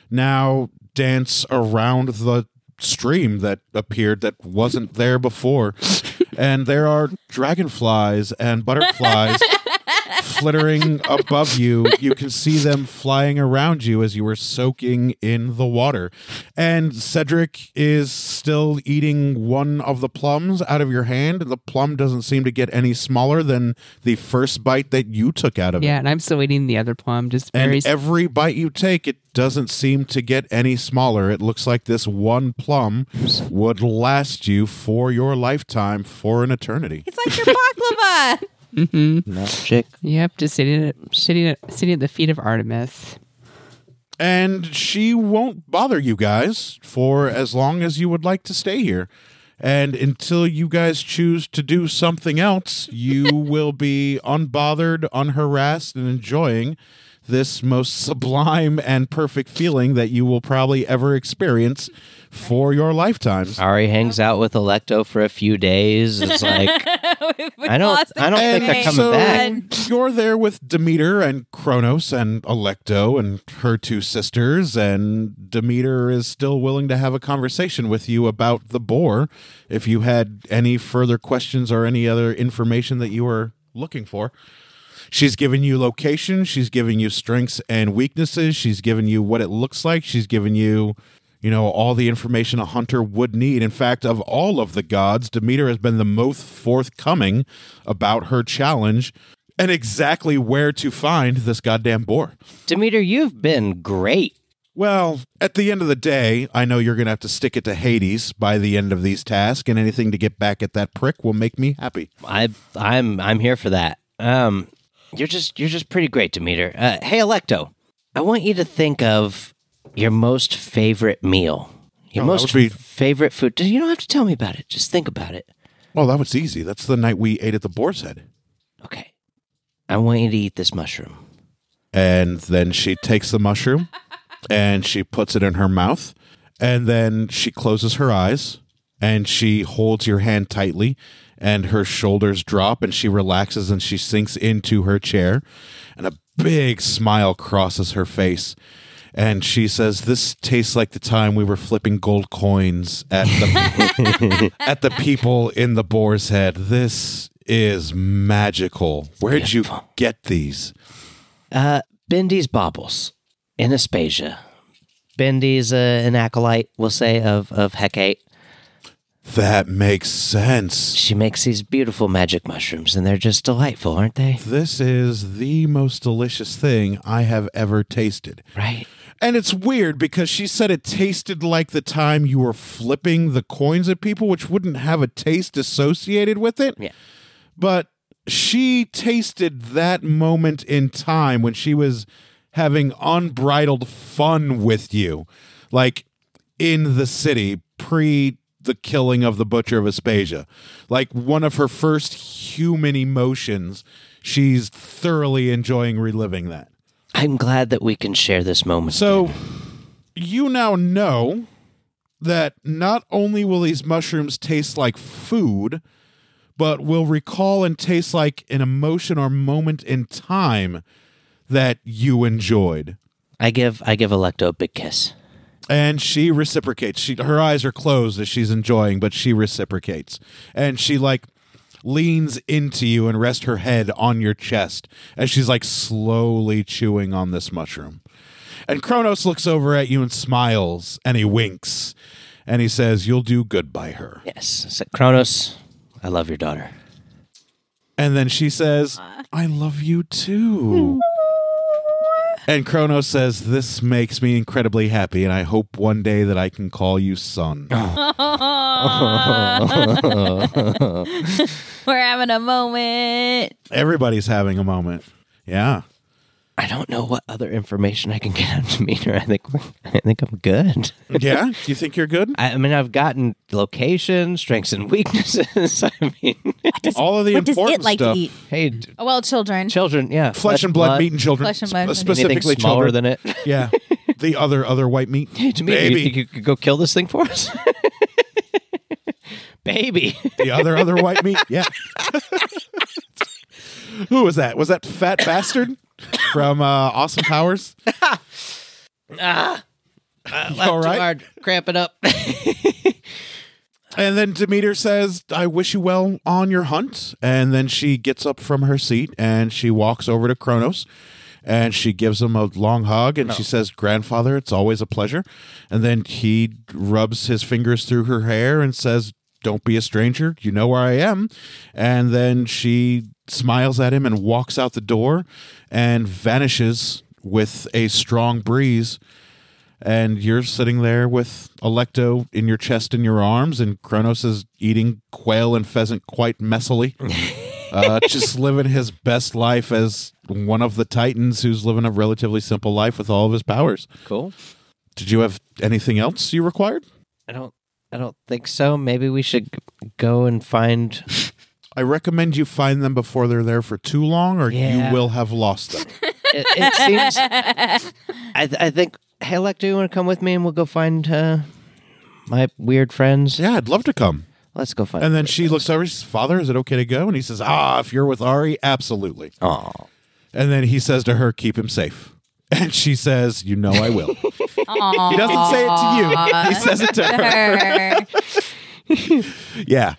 Speaker 1: now dance around the stream that appeared that wasn't there before. and there are dragonflies and butterflies flittering above you. You can see them flying around you as you are soaking in the water. And Cedric is still eating one of the plums out of your hand, and the plum doesn't seem to get any smaller than the first bite that you took out of it.
Speaker 5: Yeah, and I'm still eating the other plum, just
Speaker 1: And
Speaker 5: very
Speaker 1: every bite you take, it doesn't seem to get any smaller. It looks like this one plum would last you for your lifetime, for an eternity.
Speaker 2: It's like your baklava.
Speaker 3: Magic.
Speaker 5: Yep, just sitting at sitting at, sitting at the feet of Artemis.
Speaker 1: and she won't bother you guys for as long as you would like to stay here. And until you guys choose to do something else, you will be unbothered, unharassed, and enjoying this most sublime and perfect feeling that you will probably ever experience for your lifetimes.
Speaker 3: Ari hangs out with Electo for a few days. It's like
Speaker 2: We
Speaker 3: I don't-
Speaker 2: lost the
Speaker 3: I don't think
Speaker 2: game.
Speaker 3: they're coming
Speaker 1: so
Speaker 3: back.
Speaker 1: You're there with Demeter and Kronos and Electo and her two sisters, and Demeter is still willing to have a conversation with you about the boar if you had any further questions or any other information that you were looking for. She's given you location, she's given you strengths and weaknesses, she's given you what it looks like, she's given you, you know, all the information a hunter would need. In fact, of all of the gods, Demeter has been the most forthcoming about her challenge and exactly where to find this goddamn boar.
Speaker 3: Demeter, you've been great.
Speaker 1: Well, at the end of the day, I know you're going to have to stick it to Hades by the end of these tasks, and anything to get back at that prick will make me happy.
Speaker 3: I I'm I'm here for that. Um you're just you're just pretty great, Demeter. Uh, hey Electo, I want you to think of your most favorite meal. Your
Speaker 1: Oh, that
Speaker 3: most
Speaker 1: would be-
Speaker 3: favorite food. You don't have to tell me about it. Just think about it.
Speaker 1: Well, that was easy. That's the night we ate at the boar's head.
Speaker 3: Okay. I want you to eat this mushroom.
Speaker 1: And then she takes the mushroom and she puts it in her mouth. And then she closes her eyes and she holds your hand tightly and her shoulders drop and she relaxes and she sinks into her chair and a big smile crosses her face. And she says, "This tastes like the time we were flipping gold coins at the at the people in the Boar's Head. This is magical. Where'd you get these?"
Speaker 3: Uh, Bendy's baubles in Aspasia. Bendy's uh, an acolyte, we'll say, of, of Hecate.
Speaker 1: That makes sense.
Speaker 3: She makes these beautiful magic mushrooms, and they're just delightful, aren't they?
Speaker 1: This is the most delicious thing I have ever tasted.
Speaker 3: Right.
Speaker 1: And it's weird because she said it tasted like the time you were flipping the coins at people, which wouldn't have a taste associated with it.
Speaker 3: Yeah.
Speaker 1: But she tasted that moment in time when she was having unbridled fun with you, like in the city pre the killing of the butcher of Aspasia. Like one of her first human emotions, she's thoroughly enjoying reliving that.
Speaker 3: I'm glad that we can share this moment.
Speaker 1: So you now know that not only will these mushrooms taste like food, but will recall and taste like an emotion or moment in time that you enjoyed.
Speaker 3: I give I give Electo a big kiss.
Speaker 1: And she reciprocates. She her eyes are closed as she's enjoying, but she reciprocates. And she like leans into you and rests her head on your chest as she's like slowly chewing on this mushroom. And Kronos looks over at you and smiles and he winks and he says, You'll do good by her.
Speaker 3: Yes. I said, Kronos, I love your daughter.
Speaker 1: And then she says, I love you too. And Kronos says, This makes me incredibly happy, and I hope one day that I can call you son.
Speaker 2: We're having a moment.
Speaker 1: Everybody's having a moment. Yeah.
Speaker 3: I don't know what other information I can get out of Demeter. I think we're- I think I'm good.
Speaker 1: Yeah. You think you're good?
Speaker 3: I, I mean, I've gotten location, strengths, and weaknesses. I mean,
Speaker 1: All of the
Speaker 2: What does
Speaker 1: important
Speaker 2: it like
Speaker 1: stuff.
Speaker 2: to eat?
Speaker 3: hey, d-
Speaker 2: Oh, Well, children.
Speaker 3: children, yeah,
Speaker 1: Flesh and blood, meat and children.
Speaker 2: Flesh and blood.
Speaker 1: sp-
Speaker 3: anything
Speaker 1: specifically
Speaker 3: smaller
Speaker 1: children.
Speaker 3: than it.
Speaker 1: yeah. The other other white meat.
Speaker 3: Hey, Demeter, you think you could go kill this thing for us? Baby.
Speaker 1: the other other white meat. Yeah. Who was that? Was that fat bastard from uh, Austin Powers?
Speaker 3: Ah.
Speaker 1: all right?
Speaker 3: hard, cramping up.
Speaker 1: And then Demeter says, I wish you well on your hunt. And then she gets up from her seat and she walks over to Kronos and she gives him a long hug and she says, Grandfather, it's always a pleasure. And then he rubs his fingers through her hair and says, Don't be a stranger. You know where I am. And then she smiles at him and walks out the door and vanishes with a strong breeze and you're sitting there with Electo in your chest and your arms, and Kronos is eating quail and pheasant quite messily. uh, just living his best life as one of the Titans who's living a relatively simple life with all of his powers.
Speaker 3: cool.
Speaker 1: Did you have anything else you required?
Speaker 3: I don't. I don't think so. Maybe we should g- go and find.
Speaker 1: I recommend you find them before they're there for too long, or
Speaker 3: Yeah.
Speaker 1: you will have lost them.
Speaker 3: It, it seems. I, th- I think. Hey, Alec, do you want to come with me and we'll go find uh, my weird friends?
Speaker 1: yeah, I'd love to come.
Speaker 3: Let's go find.
Speaker 1: And then she looks over, she says, Father, is it okay to go? And he says, Ah, if you're with Ari, absolutely.
Speaker 3: Oh,
Speaker 1: And then he says to her, Keep him safe. And she says, You know I will.
Speaker 2: Aw.
Speaker 1: He doesn't say it to you. He says it to her. Yeah.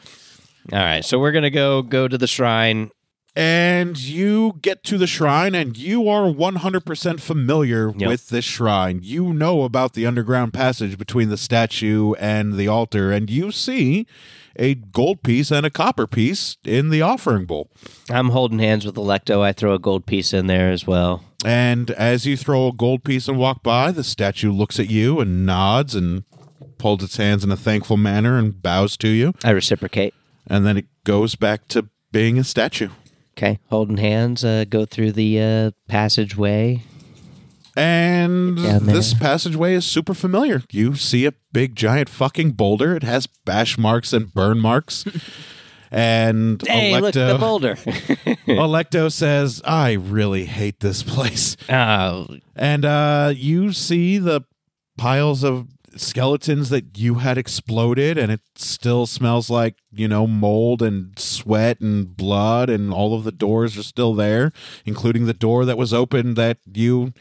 Speaker 3: all right. So we're gonna go go to the shrine,
Speaker 1: And you get to the shrine, and you are 100% familiar
Speaker 3: Yep.
Speaker 1: with this shrine. You know about the underground passage between the statue and the altar, and you see a gold piece and a copper piece in the offering bowl.
Speaker 3: I'm holding hands with Electo. I throw a gold piece in there as well.
Speaker 1: And as you throw a gold piece and walk by, the statue looks at you and nods and folds its hands in a thankful manner and bows to you.
Speaker 3: I reciprocate.
Speaker 1: And then it goes back to being a statue.
Speaker 3: Okay, holding hands. Uh, go through the uh, passageway.
Speaker 1: And
Speaker 3: Yeah, man.
Speaker 1: this passageway is super familiar. You see a big giant fucking boulder. It has bash marks and burn marks. and
Speaker 3: Hey,
Speaker 1: Electo
Speaker 3: look, the boulder.
Speaker 1: Electo says, I really hate this place.
Speaker 3: oh,
Speaker 1: And uh, you see the piles of skeletons that you had exploded, and it still smells like, you know, mold and sweat and blood, and all of the doors are still there, including the door that was open that you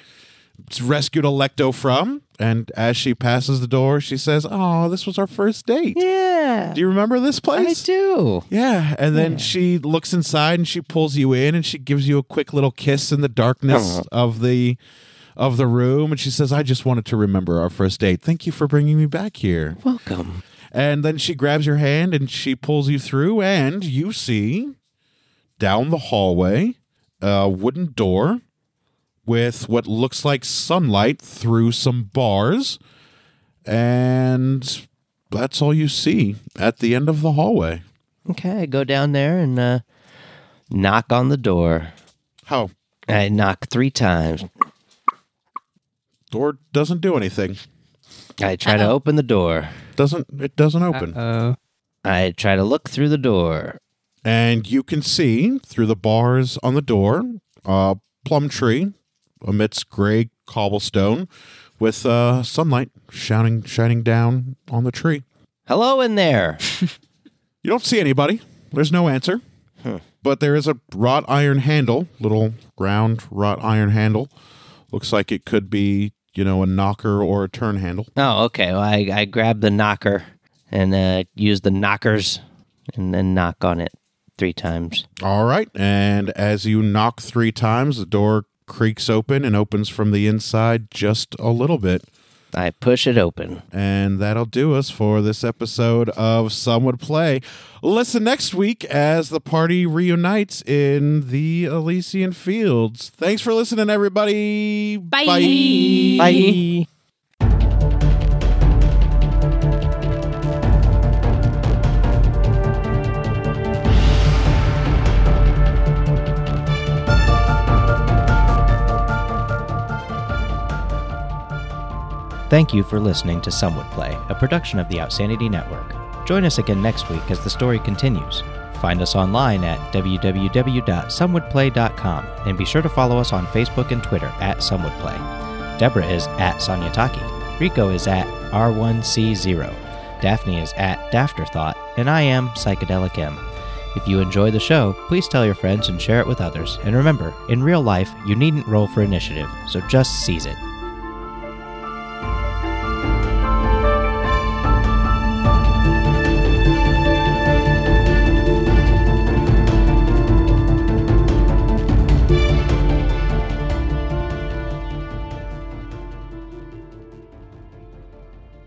Speaker 1: rescued Electo from. And as she passes the door, she says, Oh, this was our first date.
Speaker 3: yeah.
Speaker 1: Do you remember this
Speaker 3: I
Speaker 1: place?
Speaker 3: do.
Speaker 1: Yeah, and then she looks inside and she pulls you in and she gives you a quick little kiss in the darkness of the of the room and she says, "I just wanted to remember our first date. Thank you for bringing me back here."
Speaker 3: Welcome.
Speaker 1: And then she grabs your hand and she pulls you through and you see down the hallway a wooden door with what looks like sunlight through some bars and that's all you see at the end of the hallway.
Speaker 3: Okay, I go down there and uh, knock on the door.
Speaker 1: How
Speaker 3: I knock three times.
Speaker 1: door doesn't do anything.
Speaker 3: I try to open the door.
Speaker 1: Doesn't it doesn't open.
Speaker 5: Oh,
Speaker 3: I try to look through the door.
Speaker 1: And you can see through the bars on the door a plum tree amidst gray cobblestone with uh, sunlight shining shining down on the tree.
Speaker 3: Hello in there.
Speaker 1: You don't see anybody. There's no answer. But there is a wrought iron handle, little round wrought iron handle. Looks like it could be, you know, a knocker or a turn handle.
Speaker 3: Oh, okay. Well, I, I grab the knocker and uh, use the knockers and then knock on it three times.
Speaker 1: All right. And as you knock three times, the door creaks open and opens from the inside just a little bit.
Speaker 3: I push it open.
Speaker 1: And that'll do us for this episode of Some Would Play. Listen next week as the party reunites in the Elysian Fields. Thanks for listening, everybody.
Speaker 2: Bye.
Speaker 3: Bye. Thank you for listening to Some Would Play, a production of the Outsanity Network. Join us again next week as the story continues. Find us online at www.somewouldplay.com and be sure to follow us on Facebook and Twitter at Some Would Play. Deborah is at Sonia Taki. Rico is at R1C0. Daphne is at Dafterthought. And I am Psychedelic M. If you enjoy the show, please tell your friends and share it with others. And remember, in real life, you needn't roll for initiative, so just seize it.